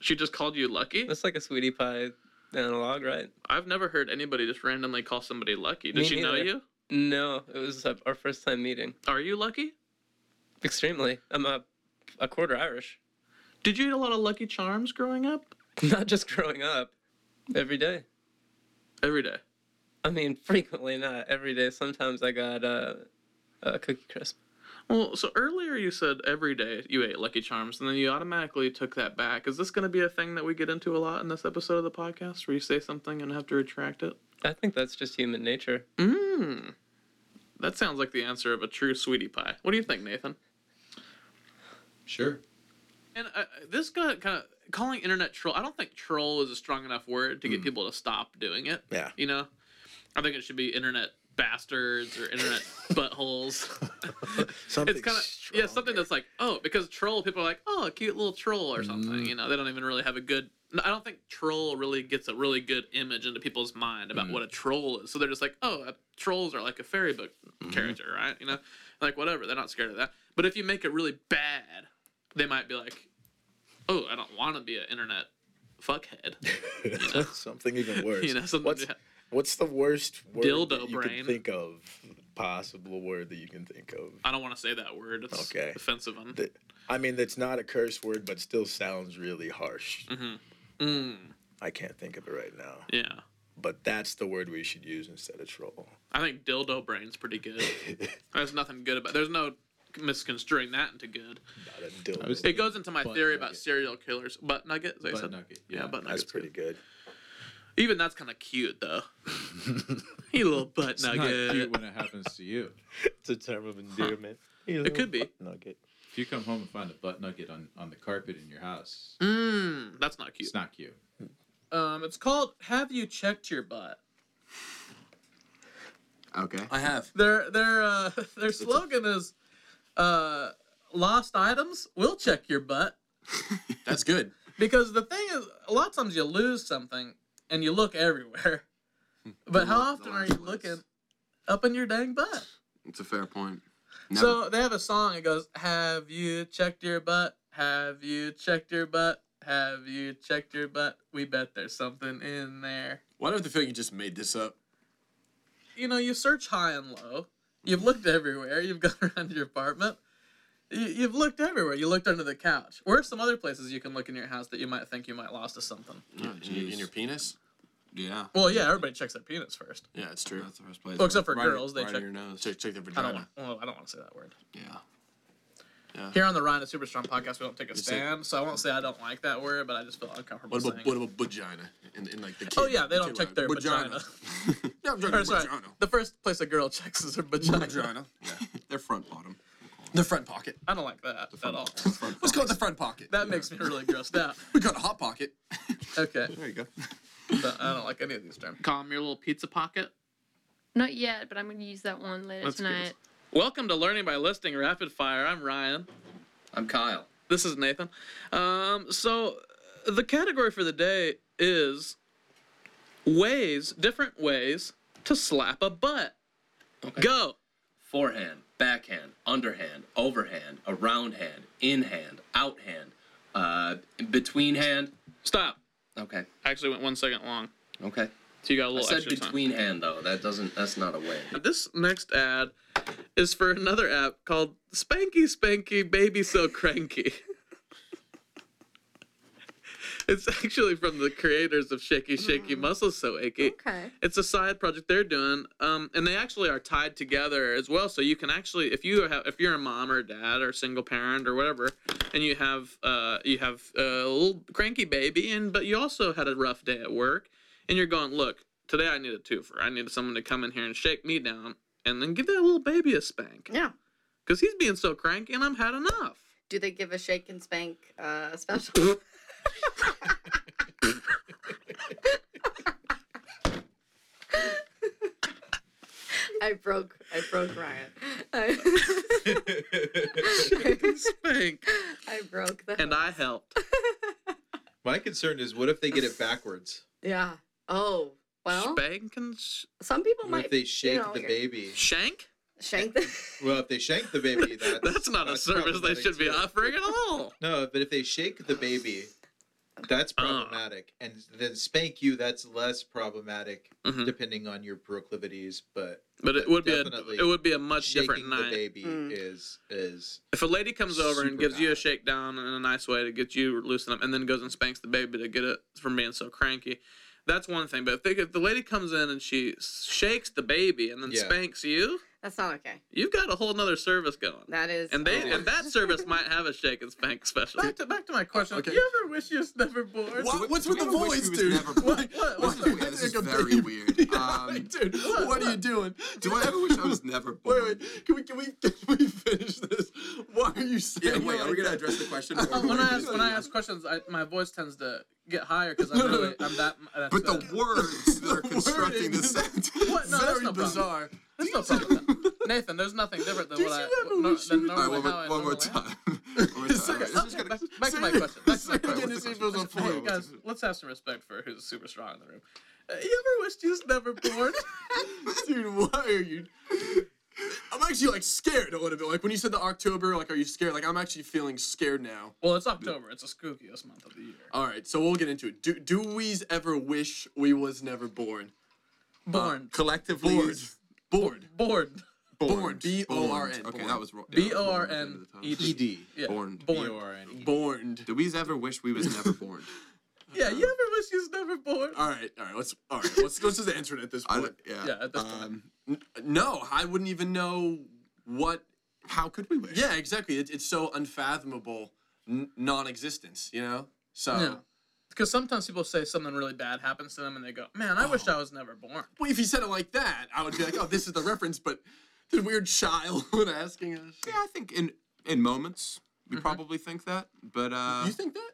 Speaker 1: She just called you lucky.
Speaker 17: That's like a sweetie pie analog, right?
Speaker 1: I've never heard anybody just randomly call somebody lucky. Did
Speaker 17: Me
Speaker 1: she know
Speaker 17: neither.
Speaker 1: you?
Speaker 17: No, it was uh, our first time meeting.
Speaker 1: Are you lucky?
Speaker 17: Extremely. I'm a, a quarter Irish.
Speaker 1: Did you eat a lot of Lucky Charms growing up?
Speaker 17: Not just growing up, every day.
Speaker 1: Every day.
Speaker 17: I mean, frequently not every day. Sometimes I got uh, a cookie crisp.
Speaker 1: Well, so earlier you said every day you ate Lucky Charms, and then you automatically took that back. Is this going to be a thing that we get into a lot in this episode of the podcast, where you say something and have to retract it?
Speaker 17: I think that's just human nature.
Speaker 1: Mmm. That sounds like the answer of a true sweetie pie. What do you think, Nathan?
Speaker 3: Sure.
Speaker 1: And uh, this guy kind of calling internet troll. I don't think troll is a strong enough word to get people to stop doing it.
Speaker 2: Yeah.
Speaker 1: You know, I think it should be internet bastards or internet buttholes.
Speaker 2: Something
Speaker 1: it's kind of yeah, something that's like oh, because troll people are like oh, a cute little troll or something.
Speaker 18: Mm-hmm.
Speaker 1: You know, they don't even really have a good. I don't think troll really gets a really good image into people's mind
Speaker 18: Mm.
Speaker 1: about what a troll is. So they're just like, oh, uh, trolls are like a fairy book
Speaker 18: Mm-hmm.
Speaker 1: character, right? You know, like whatever. They're not scared of that. But if you make it really bad, they might be like, oh, I don't want to be an internet fuckhead.
Speaker 18: something even worse.
Speaker 1: You know, something-
Speaker 18: what's, what's the worst word
Speaker 1: Dildo
Speaker 18: that you
Speaker 1: brain.
Speaker 18: can think of? Possible word that you can think of.
Speaker 1: I don't want to say that word. It's
Speaker 18: Okay.
Speaker 1: offensive. On
Speaker 18: That- I mean, that's not a curse word, but still sounds really harsh.
Speaker 1: Mm-hmm. Mm.
Speaker 18: I can't think of it right now.
Speaker 1: Yeah.
Speaker 18: But that's the word we should use instead of troll.
Speaker 1: I think dildo brain's pretty good. There's nothing good about. There's no misconstruing that into good.
Speaker 18: Dildo.
Speaker 1: It goes into my
Speaker 18: Butt
Speaker 1: theory about serial killers. Butt nugget. Is that what you
Speaker 18: Butt
Speaker 1: said?
Speaker 18: nugget,
Speaker 1: Yeah,
Speaker 18: yeah.
Speaker 1: butt
Speaker 18: That's
Speaker 1: nugget's
Speaker 18: pretty good.
Speaker 1: Even that's kind of cute though. you little butt
Speaker 3: It's not cute
Speaker 1: nugget.
Speaker 3: when it happens to you.
Speaker 18: it's a term of endearment.
Speaker 1: It could be.
Speaker 18: Nugget.
Speaker 3: If you come home and find a butt nugget on, on the carpet in your house,
Speaker 1: Mmm, that's not cute.
Speaker 3: it's not cute.
Speaker 1: Um, it's called "Have You Checked Your Butt."
Speaker 15: Okay.
Speaker 4: I have.
Speaker 1: Their their uh, their slogan is, uh, "Lost items will check your butt."
Speaker 4: That's good.
Speaker 1: Because the thing is, a lot of times you lose something and you look everywhere, but how often are you looking up in your dang butt?
Speaker 15: It's a fair point.
Speaker 1: So they have a song. It goes, "Have you checked your butt? Have you checked your butt? Have you checked your butt? We bet there's something in there."
Speaker 4: Why do I have the feeling you just made this up?
Speaker 1: you know, you search high and low. You've looked everywhere. You've gone around your apartment. You, you've looked everywhere. You looked under the couch. Where are some other places you can look in your house that you might think you might lost to something?
Speaker 19: Oh,
Speaker 4: in, your, in your penis?
Speaker 19: Yeah.
Speaker 1: Well, yeah, everybody checks their penis first.
Speaker 4: Yeah, it's true.
Speaker 19: That's the first
Speaker 1: Well, except for girls, they check.
Speaker 4: Check, check the
Speaker 1: I don't
Speaker 4: vagina.
Speaker 1: want. Well, I don't want to say that word.
Speaker 4: Yeah. Yeah.
Speaker 1: Here on the Ryan and Super Strong podcast, we don't take a
Speaker 4: You say-
Speaker 1: stand, so I won't say I don't like that word, but I just feel uncomfortable
Speaker 4: What
Speaker 1: saying.
Speaker 4: about what about vagina? In, in like the kid,
Speaker 1: oh yeah, they
Speaker 4: the
Speaker 1: don't
Speaker 4: kid
Speaker 1: check
Speaker 4: line.
Speaker 1: their vagina.
Speaker 4: yeah, I'm joking,
Speaker 1: Or, sorry,
Speaker 4: vagina.
Speaker 1: The first place a girl checks is her vagina.
Speaker 4: Vagina.
Speaker 19: Their front bottom.
Speaker 4: The front pocket.
Speaker 1: I don't like that at all.
Speaker 4: Let's go with the front pocket.
Speaker 1: That makes me really grossed out.
Speaker 4: We got a hot pocket.
Speaker 1: Okay.
Speaker 19: There you go.
Speaker 1: But I don't like any of these terms. Calm your little pizza pocket.
Speaker 6: Not yet, but I'm gonna use that one later
Speaker 1: That's good.
Speaker 6: tonight.
Speaker 1: Welcome to Learning by Listening Rapid Fire. I'm Ryan.
Speaker 2: I'm Kyle.
Speaker 1: This is Nathan. Um, so, uh, the category for the day is ways, different ways to slap a butt. Go.
Speaker 2: Forehand, backhand, underhand, overhand, around hand, in hand, out hand, uh, between hand.
Speaker 1: Stop.
Speaker 2: Okay.
Speaker 1: I actually went one second long,
Speaker 2: Okay.
Speaker 1: so you got a
Speaker 2: I
Speaker 1: little
Speaker 2: said
Speaker 1: extra time.
Speaker 2: between hand though. That doesn't. That's not a way.
Speaker 1: This next ad is for another app called Spanky Spanky Baby So Cranky. it's actually from the creators of Shaky Shaky Muscles So Achy.
Speaker 17: Okay.
Speaker 1: It's a side project they're doing, um, and they actually are tied together as well. So you can actually, if you have, if you're a mom or dad or single parent or whatever, and you have, uh, you have a little cranky baby, and but you also had a rough day at work, and you're going, look, today I need a twofer. I need someone to come in here and shake me down, and then give that little baby a spank.
Speaker 20: Yeah.
Speaker 1: Cause he's being so cranky, and I'm had enough.
Speaker 20: Do they give a shake and spank uh, special? I broke. I broke Ryan. I,
Speaker 1: Shake and spank.
Speaker 20: I broke the.
Speaker 1: And I helped.
Speaker 3: My concern is what if they get it backwards?
Speaker 20: Yeah. Oh. Well.
Speaker 1: Spank and. Sh-
Speaker 20: some people
Speaker 3: What
Speaker 20: might.
Speaker 3: if they
Speaker 20: you
Speaker 3: shake
Speaker 20: know,
Speaker 3: the
Speaker 20: you're-
Speaker 3: baby?
Speaker 1: Shank?
Speaker 20: Shank the.
Speaker 3: Well, if they shank the baby, that's,
Speaker 1: that's not a service they
Speaker 3: problematic,
Speaker 1: should be
Speaker 3: too.
Speaker 1: offering at all.
Speaker 3: No, but if they shake the baby, that's
Speaker 1: Oh.
Speaker 3: problematic. And then spank you, that's less problematic, depending on your proclivities. But
Speaker 1: Mm-hmm. But it would be a
Speaker 3: definitely
Speaker 1: it would be a much different
Speaker 3: shaking the
Speaker 1: night.
Speaker 3: baby is is
Speaker 1: If a lady comes over and
Speaker 3: super
Speaker 1: gives you a shakedown in a nice way to get you loosened up, and then goes and spanks the baby to get it from being so cranky, that's one thing. But if, they, if the lady comes in and she shakes the baby and then
Speaker 20: Yeah.
Speaker 1: spanks you,
Speaker 20: That's not okay.
Speaker 1: you've got a whole nother service going.
Speaker 20: That is.
Speaker 1: And they
Speaker 20: oh.
Speaker 1: and that service might have a shake and spank special.
Speaker 20: Back
Speaker 1: to back to my question.
Speaker 20: Okay.
Speaker 1: You ever wish you was never born?
Speaker 19: What- what's with the voice, dude? What- what- yeah, this is very weird. Um,
Speaker 4: Dude, what are you doing?
Speaker 19: do I ever wish I was never born? Wait, wait.
Speaker 4: Can we can we can we finish this? Why are you saying?
Speaker 19: Yeah, wait,
Speaker 4: it
Speaker 19: are we
Speaker 4: like
Speaker 19: gonna
Speaker 4: that?
Speaker 19: address the question?
Speaker 1: Uh, when I ask when I ask questions, I, my voice tends to get higher because I'm really I'm that. That's
Speaker 19: But the words that are constructing the sentence.
Speaker 1: What? No, that's
Speaker 19: very
Speaker 1: no
Speaker 19: bizarre.
Speaker 1: problem. That's no problem. with that. Nathan, there's nothing different than what I. nor- than
Speaker 19: All right,
Speaker 1: normally
Speaker 19: one more,
Speaker 1: how
Speaker 19: one
Speaker 1: I
Speaker 19: more
Speaker 1: normally am.
Speaker 19: time. One more time.
Speaker 1: Okay,
Speaker 19: Alright,
Speaker 1: okay, back, back to my question. Back to my
Speaker 19: Sorry,
Speaker 1: question.
Speaker 19: what's the question?
Speaker 1: Hey, guys, let's have some respect for who's super strong in the room. Uh, you ever wished you was never born?
Speaker 4: Dude, why are you? I'm actually like scared a little bit. Like when you said the October, like are you scared? Like I'm actually feeling scared now.
Speaker 1: well, it's October. It's the spookiest month of the year.
Speaker 4: All right, so we'll get into it. Do do we's ever wish we was never born? Uh,
Speaker 1: Born.
Speaker 4: collectively. Bored. Bored.
Speaker 1: Bored.
Speaker 4: Born. B O R N.
Speaker 19: Okay, that was wrong.
Speaker 1: B O R N E
Speaker 19: D.
Speaker 1: Yeah.
Speaker 19: Born.
Speaker 1: Born.
Speaker 4: Born.
Speaker 19: E Do we ever wish we was never born?
Speaker 1: Yeah, you ever wish you was never born?
Speaker 4: All right, all right. Let's all right. Let's let's just answer it at this
Speaker 19: I
Speaker 4: point.
Speaker 19: don't- yeah. Yeah, at this point.
Speaker 4: n- no, I wouldn't even know what.
Speaker 19: How could we wish?
Speaker 4: Yeah, exactly. It, it's so unfathomable, n- non-existence. You know. So.
Speaker 1: Yeah. Because sometimes people say something really bad happens to them and they go, man, I
Speaker 19: Oh.
Speaker 1: wish I was never born.
Speaker 4: Well, if he said it like that, I would be like, oh, this is the reference, but the weird child asking us. Mm-hmm.
Speaker 19: Yeah, I think in in moments we probably think that, but uh,
Speaker 4: You think that?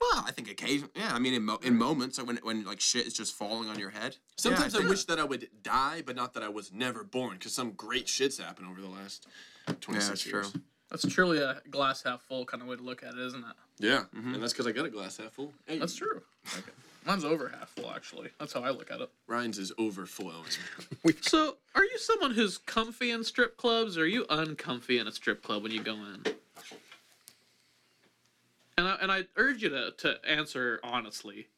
Speaker 19: Well, I think occasion. Yeah, I mean in mo- in moments like when when like shit is just falling on your head.
Speaker 4: Sometimes
Speaker 19: yeah,
Speaker 4: I, wish that I would die, but not that I was never born, because some great shit's happened over the last 26
Speaker 19: that's
Speaker 4: years.
Speaker 19: true.
Speaker 1: That's truly a glass half full kind of way to look at it, isn't it?
Speaker 4: Yeah, and that's because I got a glass half full. Hey,
Speaker 1: That's true. Mine's over half full, actually. That's how I look at it.
Speaker 4: Ryan's is overflowing.
Speaker 1: So, are you someone who's comfy in strip clubs, or are you uncomfy in a strip club when you go in? And I, and I urge you to, to answer honestly.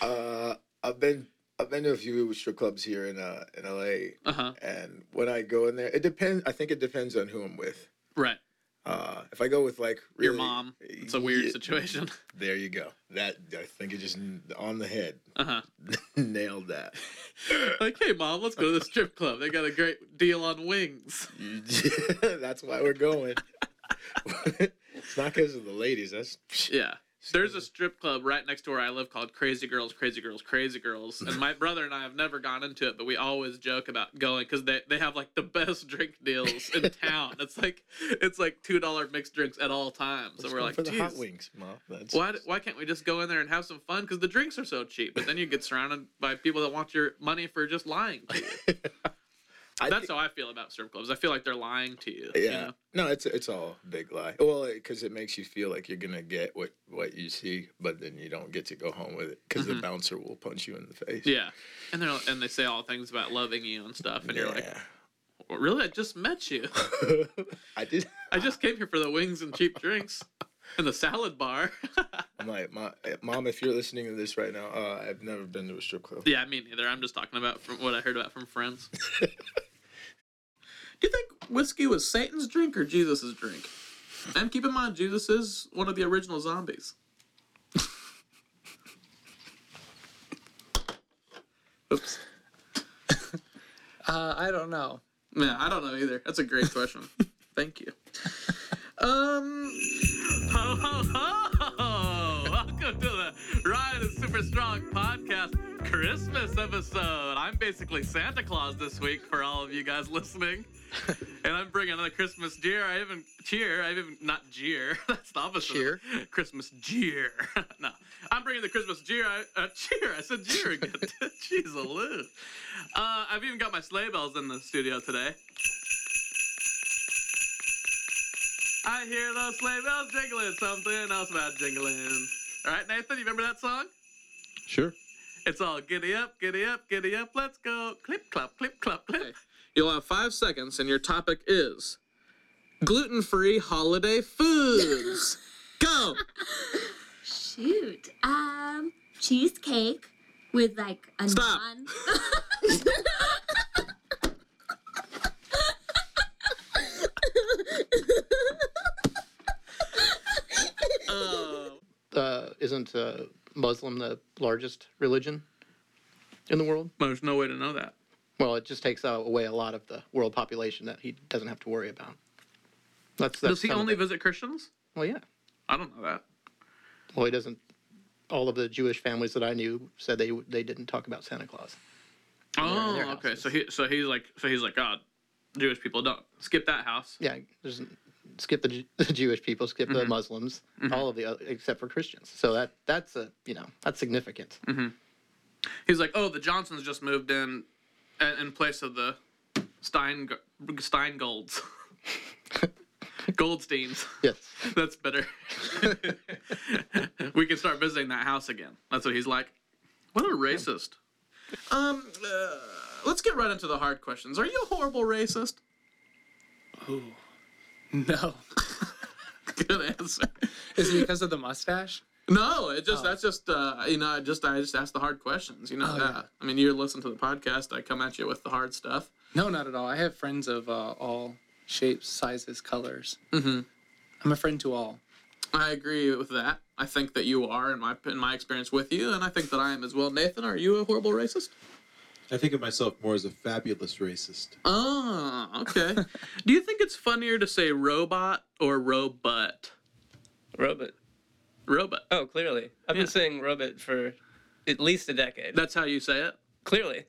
Speaker 18: Uh, I've been I've been to a few strip clubs here in uh in LA,
Speaker 1: Uh huh.
Speaker 18: and when I go in there, it depends. I think it depends on who I'm with.
Speaker 1: Right.
Speaker 18: Uh, if I go with like
Speaker 1: Your
Speaker 18: really-
Speaker 1: mom. It's a weird
Speaker 18: Yeah.
Speaker 1: situation.
Speaker 18: There you go. That I think it just n- on the head
Speaker 1: Uh huh.
Speaker 18: nailed that.
Speaker 1: like, hey, mom, let's go to the strip club. They got a great deal on wings.
Speaker 18: That's why we're going. it's not because of the ladies. That's
Speaker 1: Yeah. There's a strip club right next to where I live called Crazy Girls, Crazy Girls, Crazy Girls. And my brother and I have never gone into it, but we always joke about going because they, they have like the best drink deals in town. It's like it's like two dollar mixed drinks at all times.
Speaker 18: Let's
Speaker 1: and we're
Speaker 18: go
Speaker 1: like,
Speaker 18: for the hot
Speaker 1: "Geez,
Speaker 18: wings, mom. That's
Speaker 1: Why, d- why can't we just go in there and have some fun? Because the drinks are so cheap. But then you get surrounded by people that want your money for just lying to you. That's how I feel about strip clubs. I feel like they're lying to you.
Speaker 18: yeah.
Speaker 1: you know?
Speaker 18: No, it's it's all a big lie. Well, because it makes you feel like you're gonna get what what you see, but then you don't get to go home with it because
Speaker 1: Mm-hmm.
Speaker 18: the bouncer will punch you in the face.
Speaker 1: Yeah, and they are and they say all things about loving you and stuff, and you're like, "Well, really? I just met you.
Speaker 18: I did.
Speaker 1: I just came here for the wings and cheap drinks and the salad bar.
Speaker 18: I'm like, "Ma- eh, mom, if you're listening to this right now, uh, I've never been to a strip club.
Speaker 1: yeah, me neither. I'm just talking about from what I heard about from friends. Do you think whiskey was Satan's drink or Jesus's drink? And keep in mind, Jesus is one of the original zombies. Oops.
Speaker 21: Uh, I don't know.
Speaker 1: Yeah, I don't know either. That's a great question. Thank you. Um. Ho, ho, ho! Welcome to the Ryan is Super Strong podcast Christmas episode. I'm basically Santa Claus this week for all of you guys listening. And I'm bringing another Christmas deer. I even cheer. I even not jeer. That's the opposite. Cheer. Christmas jeer. no, I'm bringing the Christmas jeer. I, uh, cheer. I said jeer again. Jeez, a loot. Uh, I've even got my sleigh bells in the studio today. I hear those sleigh bells jingling. Something else about jingling. All right, Nathan, you remember that song?
Speaker 3: Sure.
Speaker 1: It's all giddy up, giddy up, giddy up. Let's go. Clip, clop, clip, clop, clip.
Speaker 21: You'll have five seconds, and your topic is gluten free holiday foods. Go!
Speaker 14: Shoot. Um, cheesecake with like a
Speaker 21: Stop.
Speaker 14: non.
Speaker 1: Oh.
Speaker 21: Uh, isn't uh, Muslim the largest religion in the world?
Speaker 1: There's no way to know that.
Speaker 21: Well, it just takes uh, away a lot of the world population that he doesn't have to worry about. That's, that's
Speaker 1: Does he
Speaker 21: some of
Speaker 1: only
Speaker 21: it.
Speaker 1: visit Christians?
Speaker 21: Well, yeah.
Speaker 1: I don't know that.
Speaker 21: Well, he doesn't. All of the Jewish families that I knew said they they didn't talk about Santa Claus.
Speaker 1: Oh, okay. So he, so he's like, so he's like, God, Jewish people don't skip that house.
Speaker 21: Yeah, there's skip the, Ju- the Jewish people, skip the
Speaker 1: Mhm.
Speaker 21: Muslims, all of the other, except for Christians. So that that's a you know that's significant.
Speaker 1: Mm-hmm. He's like, oh, the Johnsons just moved in, a- in place of the Stein Steingolds, Goldsteins.
Speaker 21: Yes,
Speaker 1: that's better. we can start visiting that house again. That's what he's like. What a racist. Um, uh, let's get right into the hard questions. Are you a horrible racist?
Speaker 21: Oh,
Speaker 1: No. Good answer.
Speaker 21: Is it because of the mustache?
Speaker 1: No, it just that's just uh, you know I just I just ask the hard questions. You know
Speaker 21: Oh,
Speaker 1: that.
Speaker 21: yeah.
Speaker 1: I mean, you listen to the podcast. I come at you with the hard stuff.
Speaker 21: No, not at all. I have friends of uh, all shapes, sizes, colors.
Speaker 1: Mm-hmm.
Speaker 21: I'm a friend to all.
Speaker 1: I agree with that. I think that you are in my in my experience with you, and I think that I am as well. Nathan, are you a horrible racist?
Speaker 3: I think of myself more as a fabulous racist.
Speaker 1: Oh, okay. Do you think it's funnier to say robot or robot?
Speaker 21: Robot.
Speaker 1: Robot.
Speaker 21: Oh, clearly.
Speaker 1: I've been
Speaker 21: saying robot for
Speaker 1: At least a decade. That's how you say it? Clearly.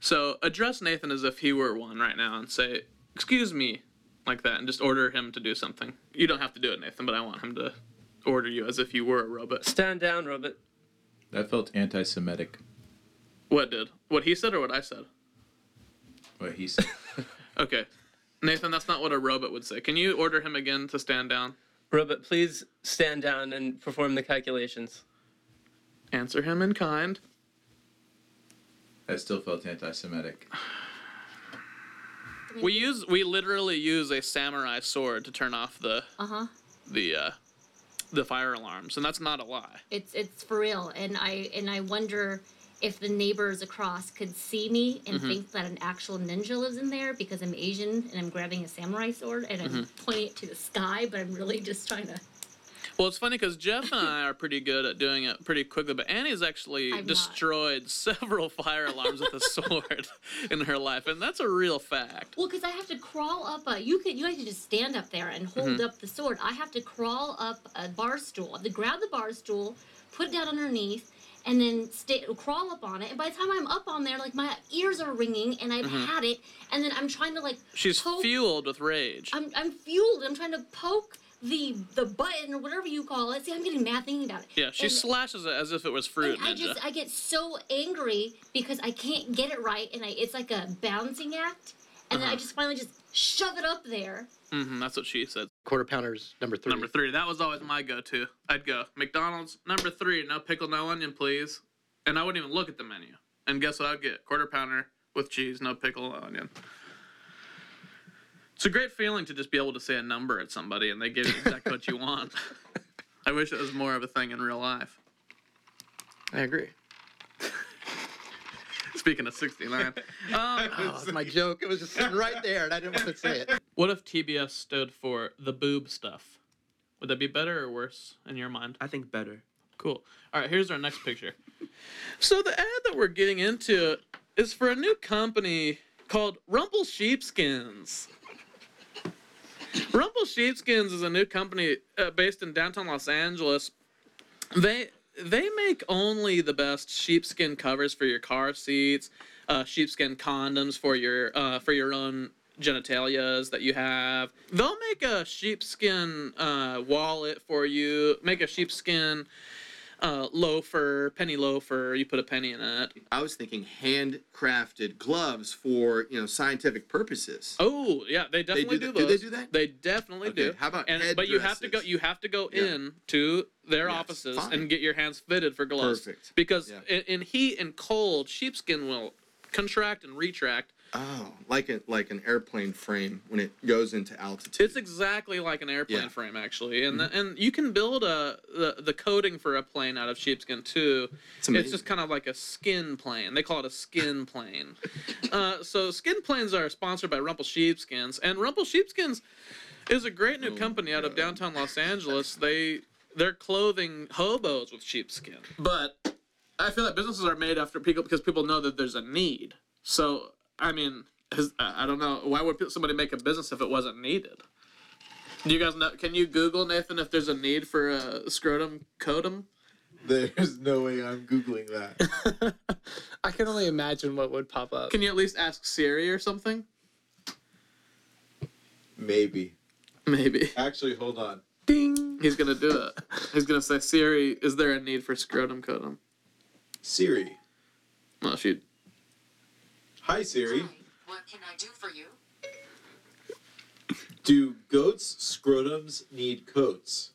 Speaker 1: So address Nathan as if he were one right now and say, Excuse me, like that, and just order him to do something. You don't have to do it, Nathan, but I want him to order you as if you were a robot.
Speaker 21: Stand down, robot.
Speaker 3: That felt anti-Semitic.
Speaker 1: What did? What he said or what I said?
Speaker 3: What he said.
Speaker 1: Okay. Nathan, that's not what a robot would say. Can you order him again to stand down?
Speaker 21: Robot, please stand down and perform the calculations.
Speaker 1: Answer him in kind.
Speaker 3: That still felt anti-Semitic.
Speaker 1: We use we literally use a samurai sword to turn off the
Speaker 14: Uh huh.
Speaker 1: the uh, the fire alarms, and that's not a lie.
Speaker 14: It's it's for real, and I and I wonder if the neighbors across could see me and
Speaker 22: Mhm.
Speaker 14: think that an actual ninja lives in there because I'm Asian and I'm grabbing a samurai sword and I'm
Speaker 1: Mhm.
Speaker 14: pointing it to the sky, but I'm really just trying to.
Speaker 1: Well, it's funny because Jeff and I are pretty good at doing it pretty quickly, but Annie's actually
Speaker 14: I'm not.
Speaker 1: destroyed several fire alarms with a sword in her life, and that's a real fact.
Speaker 14: Well, because I have to crawl up a. You could you guys could just stand up there and hold
Speaker 1: Mhm.
Speaker 14: up the sword. I have to crawl up a bar stool. I have to grab the bar stool, put it down underneath, and then stay crawl up on it. And by the time I'm up on there, like my ears are ringing, and I've
Speaker 1: Mhm.
Speaker 14: had it. And then I'm trying to like
Speaker 1: She's
Speaker 14: poke.
Speaker 1: fueled with rage.
Speaker 14: I'm I'm fueled. I'm trying to poke the the button or whatever you call it. See, I'm getting mad thinking about it.
Speaker 1: yeah, she
Speaker 14: And-
Speaker 1: slashes it as if it was fruit.
Speaker 14: I
Speaker 1: Ninja.
Speaker 14: just I get so angry because I can't get it right, and I it's like a balancing act, and then I
Speaker 1: Uh-huh.
Speaker 14: just finally just shove it up there.
Speaker 1: hmm that's what she said.
Speaker 21: Quarter pounders number three.
Speaker 1: Number three. That was always my go-to. I'd go McDonald's number three, no pickle, no onion, please. And I wouldn't even look at the menu. And guess what I'd get? Quarter pounder with cheese, no pickle, no onion. It's a great feeling to just be able to say a number at somebody and they give you exactly what you want. I wish it was more of a thing in real life.
Speaker 21: I agree.
Speaker 1: Speaking of 69,
Speaker 21: Oh, it's my joke. It was just sitting right there, and I didn't want to say it.
Speaker 1: what if TBS stood for the boob stuff? Would that be better or worse in your mind?
Speaker 23: I think better.
Speaker 1: Cool. All right, here's our next picture. So the ad that we're getting into is for a new company called Rumple Sheepskins. Rumple Sheepskins is a new company uh, based in downtown Los Angeles. They they make only the best sheepskin covers for your car seats, uh, sheepskin condoms for your uh, for your own genitalias that you have. They'll make a sheepskin uh, wallet for you. Make a sheepskin uh, loafer, penny loafer. You put a penny in it.
Speaker 15: I was thinking handcrafted gloves for you know scientific purposes.
Speaker 1: Oh yeah, they definitely do,
Speaker 15: that- do they
Speaker 1: those.
Speaker 15: do that?
Speaker 1: They definitely
Speaker 15: Okay,
Speaker 1: do.
Speaker 15: how about
Speaker 1: and, but you have to go.
Speaker 15: headdresses?
Speaker 1: You have to go
Speaker 15: Yeah.
Speaker 1: in to their offices
Speaker 15: fine.
Speaker 1: and get your hands fitted for gloves.
Speaker 15: Perfect.
Speaker 1: Because
Speaker 15: Yeah.
Speaker 1: in, in heat and cold, sheepskin will contract and retract.
Speaker 15: Oh, like a, like an airplane frame when it goes into altitude.
Speaker 1: It's exactly like an airplane
Speaker 15: Yeah.
Speaker 1: frame, actually, and the, and you can build a the, the coating for a plane out of sheepskin too. It's,
Speaker 15: amazing.
Speaker 1: just kind of like a skin plane. They call it a skin plane. uh, so skin planes are sponsored by Rumple Sheepskins, and Rumple Sheepskins is a great new company out of downtown Los Angeles. They they're clothing hobos with sheepskin. But I feel like businesses are made after people because people know that there's a need. So I mean, is, I I don't know why would somebody make a business if it wasn't needed. Do you guys know? Can you Google Nathan if there's a need for a scrotum codum?
Speaker 24: There's no way I'm googling that.
Speaker 21: I can only imagine what would pop up.
Speaker 1: Can you at least ask Siri or something?
Speaker 3: Maybe.
Speaker 1: Maybe.
Speaker 3: Actually, hold on.
Speaker 1: Ding. He's gonna do it. He's gonna say, Siri, is there a need for scrotum codum?
Speaker 3: Siri.
Speaker 1: No, she.
Speaker 3: Hi, Siri.
Speaker 25: What can I do for you?
Speaker 3: Do goats' scrotums need coats?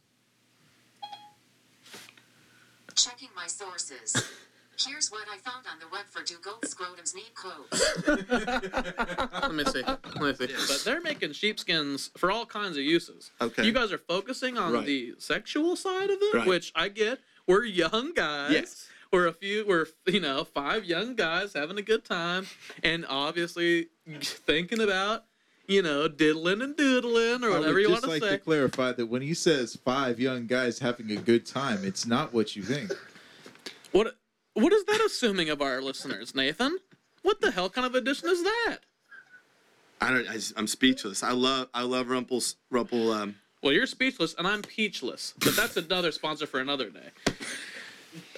Speaker 25: Checking my sources. Here's what I found on the web for do gold scrotums need coats.
Speaker 1: Let me see. Let me see. But they're making sheepskins for all kinds of uses.
Speaker 15: Okay.
Speaker 1: You guys are focusing on
Speaker 15: Right.
Speaker 1: the sexual side of it,
Speaker 15: Right.
Speaker 1: which I get. We're young guys.
Speaker 15: Yes.
Speaker 1: We're a few. We're you know five young guys having a good time, and obviously thinking about you know diddling and doodling or
Speaker 3: I
Speaker 1: whatever
Speaker 3: would
Speaker 1: you want
Speaker 3: just
Speaker 1: to
Speaker 3: like
Speaker 1: say.
Speaker 3: to clarify that when he says five young guys having a good time, it's not what you think.
Speaker 1: What what is that assuming of our listeners, Nathan? What the hell kind of addition is that?
Speaker 15: I don't. I, am speechless. I love I love Rumple's Rumple. Um,
Speaker 1: Well, you're speechless and I'm peachless, but that's another sponsor for another day.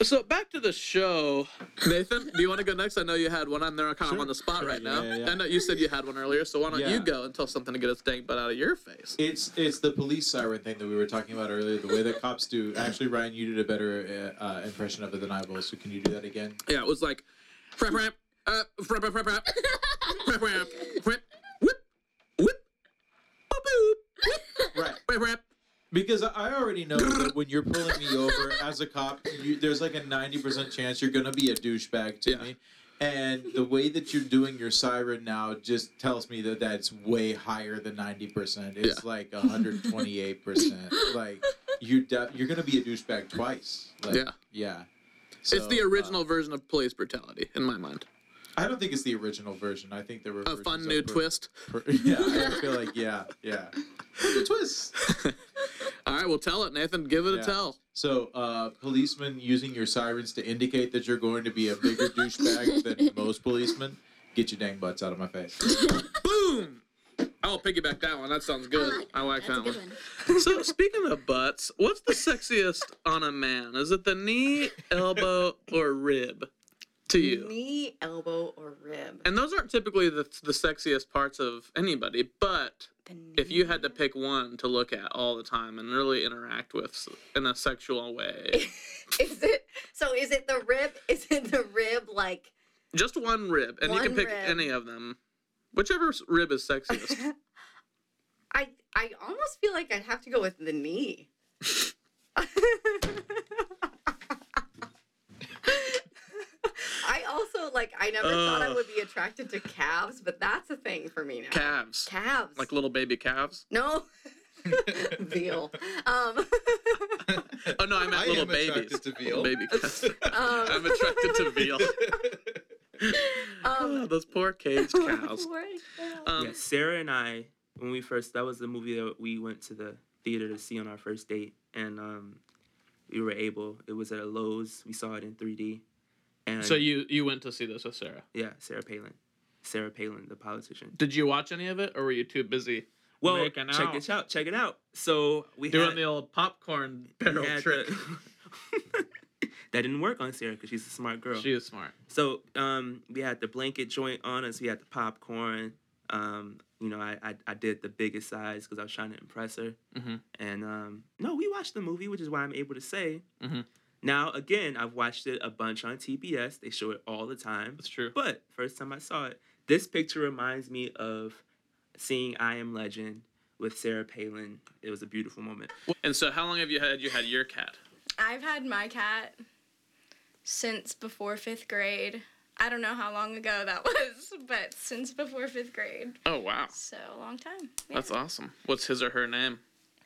Speaker 1: So back to the show, Nathan. Do you want to go next? I know you had one. I'm there, kind of on the spot right now.
Speaker 3: yeah, yeah.
Speaker 1: I know you said you had one earlier, so why don't
Speaker 3: Yeah.
Speaker 1: you go and tell something to get us dang butt out of your face?
Speaker 3: It's it's the police siren thing that we were talking about earlier. The way that cops do. Actually, Ryan, you did a better uh, uh, impression of it than I will. So can you do that again?
Speaker 1: Yeah, it was like, frap frap, uh, frap frap frap frap, frap frap, frap,
Speaker 3: Right. Because I already know that when you're pulling me over as a cop, you, there's like a 90% chance you're going to be a douchebag to me. And the way that you're doing your siren now just tells me that that's way higher than 90%. It's like 128%. like, you're, def- you're going to be a douchebag twice. Like,
Speaker 1: Yeah.
Speaker 3: Yeah. uh,
Speaker 1: it's the original version of police brutality in my mind.
Speaker 3: I don't think it's the original version. I think there were
Speaker 1: A
Speaker 3: versions
Speaker 1: fun
Speaker 3: of
Speaker 1: new
Speaker 3: per-
Speaker 1: twist.
Speaker 3: per- yeah, I feel like yeah, yeah. New twist.
Speaker 1: All right, well, tell it, Nathan. Give it
Speaker 3: Yeah.
Speaker 1: a tell.
Speaker 3: So, uh, policemen using your sirens to indicate that you're going to be a bigger douchebag than most policemen. Get your dang butts out of my face.
Speaker 1: Oh,
Speaker 12: I'll piggyback that one. That sounds good. I like, that
Speaker 1: good
Speaker 12: one.
Speaker 1: so speaking of butts, what's the sexiest on a man? Is it the knee, elbow, or rib to you?
Speaker 20: Knee, elbow, or rib.
Speaker 1: And those aren't typically the, the sexiest parts of anybody, but if you had to pick one to look at all the time and really interact with s- in a sexual way,
Speaker 20: Is it so? Is it the rib? Is it the rib like?
Speaker 1: just one rib, and you can
Speaker 20: One
Speaker 1: pick
Speaker 20: rib.
Speaker 1: any of them, whichever s- rib is sexiest.
Speaker 20: I I almost feel like I'd have to go with the knee. I also like I never thought I
Speaker 1: Ugh.
Speaker 20: would be attracted to calves, but that's a thing for me now.
Speaker 1: calves,
Speaker 20: Calves.
Speaker 1: like little baby calves.
Speaker 20: No. veal. Um,
Speaker 1: Oh no, I meant
Speaker 20: I
Speaker 1: little
Speaker 20: am
Speaker 1: babies.
Speaker 20: attracted to
Speaker 1: Little
Speaker 20: veal.
Speaker 1: Baby calves.
Speaker 20: um,
Speaker 1: I'm attracted to veal.
Speaker 20: um,
Speaker 1: those poor caged cows. Um,
Speaker 8: yeah, Sarah and I, when we first, that was the movie that we went to the theater to see on our first date, and um, we were able. It was at a Lowe's. We saw it in 3D. And
Speaker 1: So you you went to see this with Sarah.
Speaker 8: yeah, Uh, Sarah Palin, Sarah Palin, the politician.
Speaker 1: Did you watch any of it, or were you too busy?
Speaker 8: Well,
Speaker 1: making
Speaker 8: check
Speaker 1: out?
Speaker 8: this out. Check it out. So we
Speaker 1: doing
Speaker 8: had-
Speaker 1: the old popcorn barrel
Speaker 8: had
Speaker 1: trick.
Speaker 8: the- that didn't work on Sarah because she's a smart girl.
Speaker 1: She is smart.
Speaker 8: So um, we had the blanket joint on us. We had the popcorn. Um, you know, I, I I did the biggest size because I was trying to impress her. And um, no, we watched the movie, which is why I'm able to say.
Speaker 1: Mhm.
Speaker 8: Now again, I've watched it a bunch on TBS. They show it all the time. That's
Speaker 1: true.
Speaker 8: But first time I saw it, this picture reminds me of seeing I Am Legend with Sarah Palin. It was a beautiful moment.
Speaker 1: And so, how long have you had you had your cat?
Speaker 9: I've had my cat since before fifth grade. I don't know how long ago that was, but since before fifth grade.
Speaker 1: Oh wow,
Speaker 9: So a long time. Yeah.
Speaker 1: that's awesome. What's his or her name?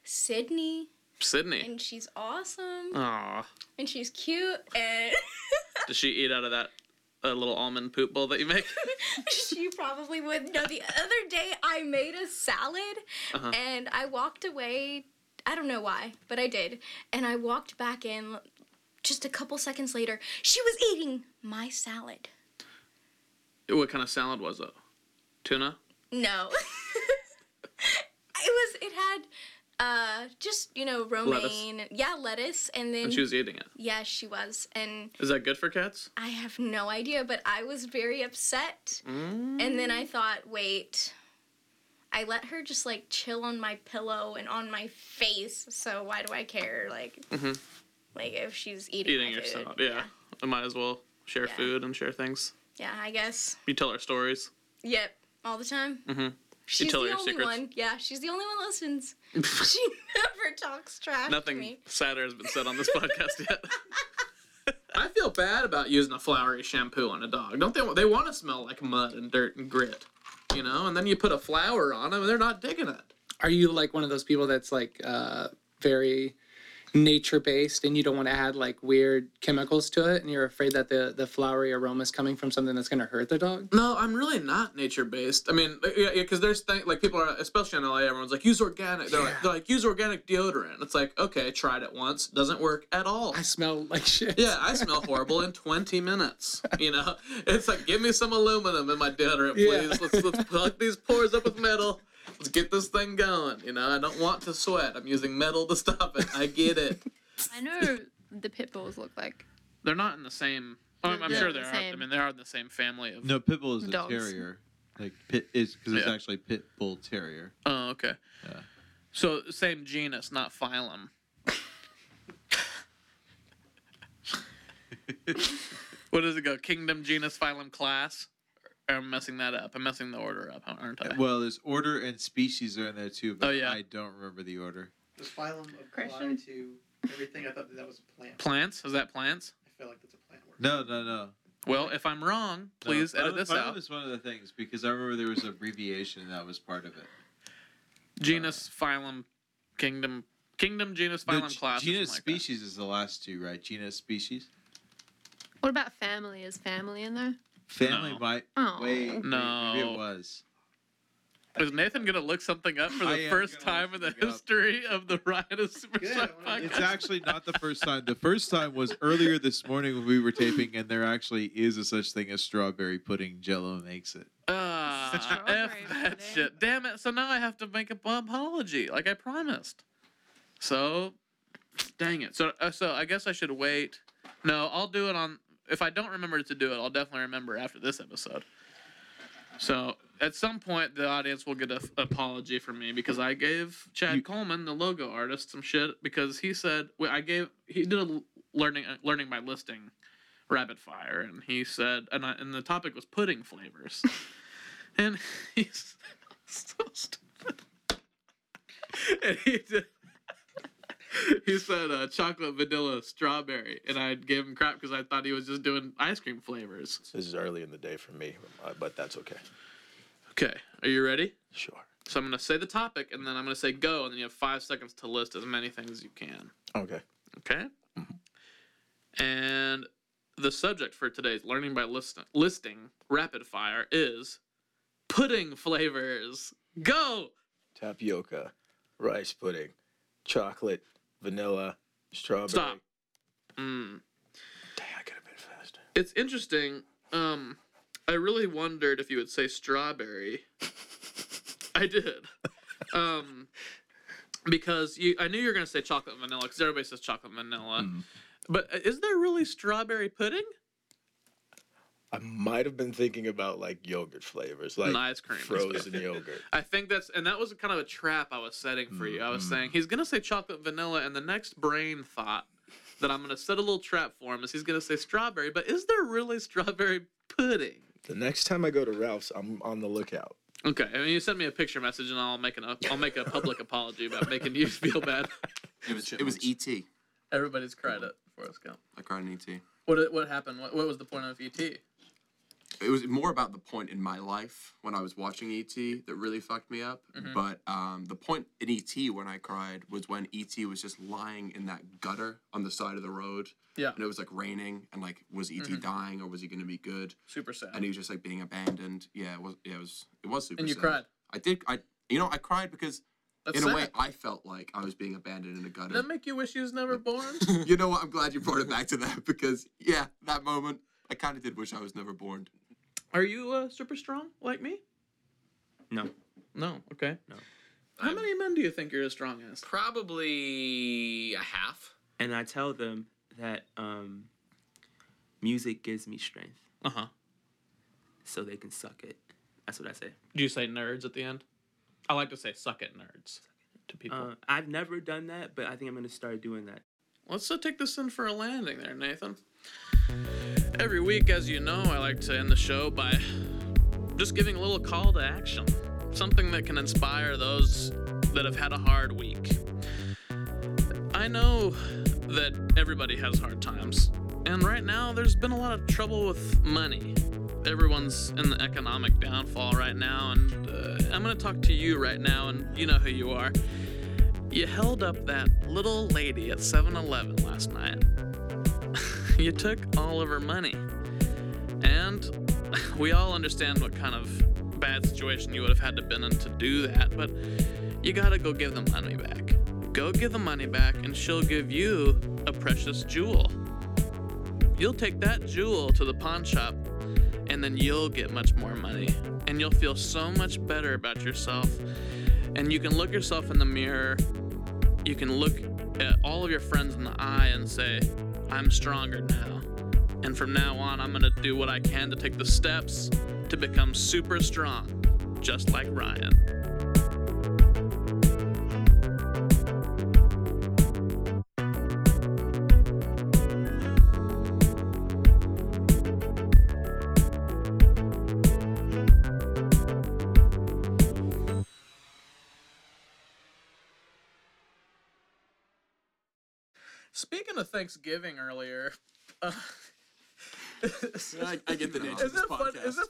Speaker 9: Sydney.
Speaker 1: Sydney.
Speaker 9: And she's awesome.
Speaker 1: Aw,
Speaker 9: And she's cute. And
Speaker 1: does she eat out of that uh, little almond poop bowl that you make?
Speaker 9: she probably would. No, the other day I made a salad
Speaker 1: Uh-huh.
Speaker 9: and I walked away. I don't know why, but I did. And I walked back in just a couple seconds later. She was eating my salad.
Speaker 1: What kind of salad was it? Tuna.
Speaker 9: No. it was it had uh just, you know, romaine. Yeah, lettuce and then
Speaker 1: And Oh, she was eating it.
Speaker 9: Yeah, she was. And
Speaker 1: Is that good for cats?
Speaker 9: I have no idea, but I was very upset.
Speaker 1: Mm.
Speaker 9: And then I thought, wait. I let her just like chill on my pillow and on my face, so why do I care? Like
Speaker 1: Mm-hmm.
Speaker 9: like if she's eating,
Speaker 1: Eating
Speaker 9: my
Speaker 1: your
Speaker 9: food.
Speaker 1: salad. Yeah. I might as well share
Speaker 9: Yeah.
Speaker 1: food and share things.
Speaker 9: Yeah, I guess.
Speaker 1: You tell her stories.
Speaker 9: Yep. All the time.
Speaker 1: Mm-hmm.
Speaker 9: She's
Speaker 1: you tell
Speaker 9: the
Speaker 1: her your
Speaker 9: only
Speaker 1: secrets.
Speaker 9: one. Yeah, she's the only one that listens. she never talks trash
Speaker 1: Nothing
Speaker 9: to me.
Speaker 1: sadder has been said on this podcast yet. I feel bad about using a flowery shampoo on a dog. Don't they? want- They want to smell like mud and dirt and grit, you know. And then you put a flower on them, and they're not digging it.
Speaker 12: Are you like one of those people that's like uh, very nature based and you don't want to add like weird chemicals to it and you're afraid that the, the flowery aroma is coming from something that's going to hurt the dog?
Speaker 1: No, I'm really not nature based. I mean, uh, yeah, because there's th- like people are, especially in LA, everyone's like use organic. They're like they're like use organic deodorant. It's like okay, tried it once, doesn't work at all. I
Speaker 12: smell like shit.
Speaker 1: Yeah, I smell horrible in 20 minutes. You know, it's like give me some aluminum in my deodorant, please.
Speaker 12: Yeah.
Speaker 1: Let's let's plug these pores up with metal. Let's get this thing going. You know, I don't want to sweat. I'm using metal to stop it. I get it.
Speaker 6: I know the pit bulls look like.
Speaker 1: They're not in the same.
Speaker 6: oh, I'm- I'm They're sure not the they are. I same.
Speaker 1: mean, they are in the same family of.
Speaker 3: No, pit bull is a
Speaker 6: Dogs.
Speaker 3: terrier. Like pit is because it's
Speaker 1: Yeah.
Speaker 3: actually pit bull terrier.
Speaker 1: Oh, okay. So same genus, not phylum. what does it go? Kingdom, genus, phylum, class. I'm messing that up. I'm messing the order up, aren't I?
Speaker 3: Well, there's order and species are in there too, but
Speaker 1: Oh, yeah.
Speaker 3: I don't remember the order.
Speaker 21: The phylum apply
Speaker 6: Question?
Speaker 21: to everything. I thought that, that was a plant.
Speaker 1: Plants? Is that plants?
Speaker 21: I feel like that's a plant word.
Speaker 3: No, no, no.
Speaker 1: Well, if I'm wrong, please
Speaker 3: No,
Speaker 1: edit
Speaker 3: phylum-
Speaker 1: this
Speaker 3: phylum
Speaker 1: out.
Speaker 3: is one of the things because I remember there was an abbreviation that was part of it.
Speaker 1: Genus, phylum, kingdom, kingdom, genus,
Speaker 3: No,
Speaker 1: phylum,
Speaker 3: g-
Speaker 1: class. or
Speaker 3: genus
Speaker 1: something like that.
Speaker 3: species is the last two, right? Genus species.
Speaker 6: What about family? Is family in there?
Speaker 3: Family by
Speaker 6: Oh.
Speaker 3: wait,
Speaker 1: No.
Speaker 3: maybe it was.
Speaker 1: Is Nathan gonna look something up for
Speaker 3: I
Speaker 1: the
Speaker 3: am
Speaker 1: first time in the history of the Riot of Superstar podcast?
Speaker 3: It's actually not the first time. The first time was earlier this morning when we were taping, and there actually is a such thing as strawberry pudding. Jello makes it.
Speaker 1: Ah, F that shit. Damn it. So now I have to make a bum apology, like I promised. So, dang it. So, uh, so I guess I should wait. No, I'll do it on. If I don't remember to do it, I'll definitely remember after this episode. So, at some point, the audience will get an apology from me because I gave Chad Coleman, the logo artist, some shit because he said well, I gave he did a learning uh, learning by listing rapid fire, and he said and I, and the topic was pudding flavors, and he's so stupid. and he did. He said uh, chocolate, vanilla, strawberry, and I gave him crap because I thought he was just doing ice cream flavors.
Speaker 18: This is early in the day for me, uh, but that's okay.
Speaker 1: Okay, are you ready?
Speaker 18: Sure.
Speaker 1: So I'm gonna say the topic, and then I'm gonna say go, and then you have five seconds to list as many things as you can.
Speaker 18: Okay.
Speaker 1: Okay. And the subject for today's learning by listen- listing rapid fire is pudding flavors. Go.
Speaker 18: Tapioca, rice pudding, chocolate, vanilla, strawberry.
Speaker 1: Stop. Mm.
Speaker 18: Dang, I could have been faster.
Speaker 1: It's interesting. Um, I really wondered if you would say strawberry. I did. Um, because you, I knew you were gonna say chocolate vanilla because everybody says chocolate vanilla.
Speaker 18: Mm-hmm.
Speaker 1: But is there really strawberry pudding?
Speaker 18: I might have been thinking about like yogurt flavors, like
Speaker 1: And ice cream is
Speaker 18: frozen
Speaker 1: good.
Speaker 18: yogurt.
Speaker 1: I think that's and that was kind of a trap I was setting for you. I
Speaker 18: Mm-hmm.
Speaker 1: was saying he's gonna say chocolate vanilla, and the next brain thought that I'm gonna set a little trap for him is he's gonna say strawberry. But is there really strawberry pudding?
Speaker 18: The next time I go to Ralph's, I'm on the lookout.
Speaker 1: Okay, I mean you send me a picture message, and I'll make an up- I'll make a public apology about making you feel bad.
Speaker 4: It was it was E ET.
Speaker 1: Everybody's credit for us go.
Speaker 4: Like on
Speaker 19: E
Speaker 4: ET.
Speaker 1: What what happened? What, what was the point of E ET?
Speaker 4: It was more about the point in my life when I was watching ET that really fucked me up.
Speaker 1: Mhm.
Speaker 4: But um, the point in ET when I cried was when ET was just lying in that gutter on the side of the road.
Speaker 1: Yeah.
Speaker 4: And it was like raining and like was ET
Speaker 1: Mhm.
Speaker 4: dying or was he going to be good?
Speaker 1: Super sad.
Speaker 4: And he was just like being abandoned. Yeah, it was. Yeah, it was. It was super.
Speaker 1: And you
Speaker 4: sad.
Speaker 1: cried.
Speaker 4: I did. I you know I cried because
Speaker 1: That's
Speaker 4: in a way
Speaker 1: sad.
Speaker 4: I felt like I was being abandoned in a gutter
Speaker 1: Did that make you wish you was never born?
Speaker 4: you know what? I'm glad you brought it back to that because yeah, that moment I kind of did wish I was never born.
Speaker 1: Are you uh, super strong like me?
Speaker 8: No.
Speaker 1: No. Oh, Okay. No. How many men do you think you're as strong as?
Speaker 26: Probably a half.
Speaker 8: And I tell them that um, music gives me strength.
Speaker 1: Uh huh.
Speaker 8: So they can suck it. That's what I say.
Speaker 1: Do you say nerds at the end? I like to say suck it nerds to people.
Speaker 8: Uh, I've never done that, but I think I'm gonna start doing that.
Speaker 1: Let's uh, take this in for a landing there, Nathan. Every week, as you know, I like to end the show by just giving a little call to action, something that can inspire those that have had a hard week. I know that everybody has hard times, and right now there's been a lot of trouble with money. Everyone's in the economic downfall right now, and uh, I'm going to talk to you right now, and you know who you are. You held up that little lady at 7 Eleven last night. you took all of her money. And we all understand what kind of bad situation you would have had to been in to do that, but you gotta go give the money back. Go give the money back, and she'll give you a precious jewel. You'll take that jewel to the pawn shop, and then you'll get much more money. And you'll feel so much better about yourself. And you can look yourself in the mirror. You can look at all of your friends in the eye and say, I'm stronger now. And from now on, I'm gonna do what I can to take the steps to become super strong, just like Ryan. Speaking of Thanksgiving earlier, uh,
Speaker 4: I, I get the nature
Speaker 1: is
Speaker 4: of this
Speaker 1: it fun-
Speaker 4: podcast.
Speaker 1: is it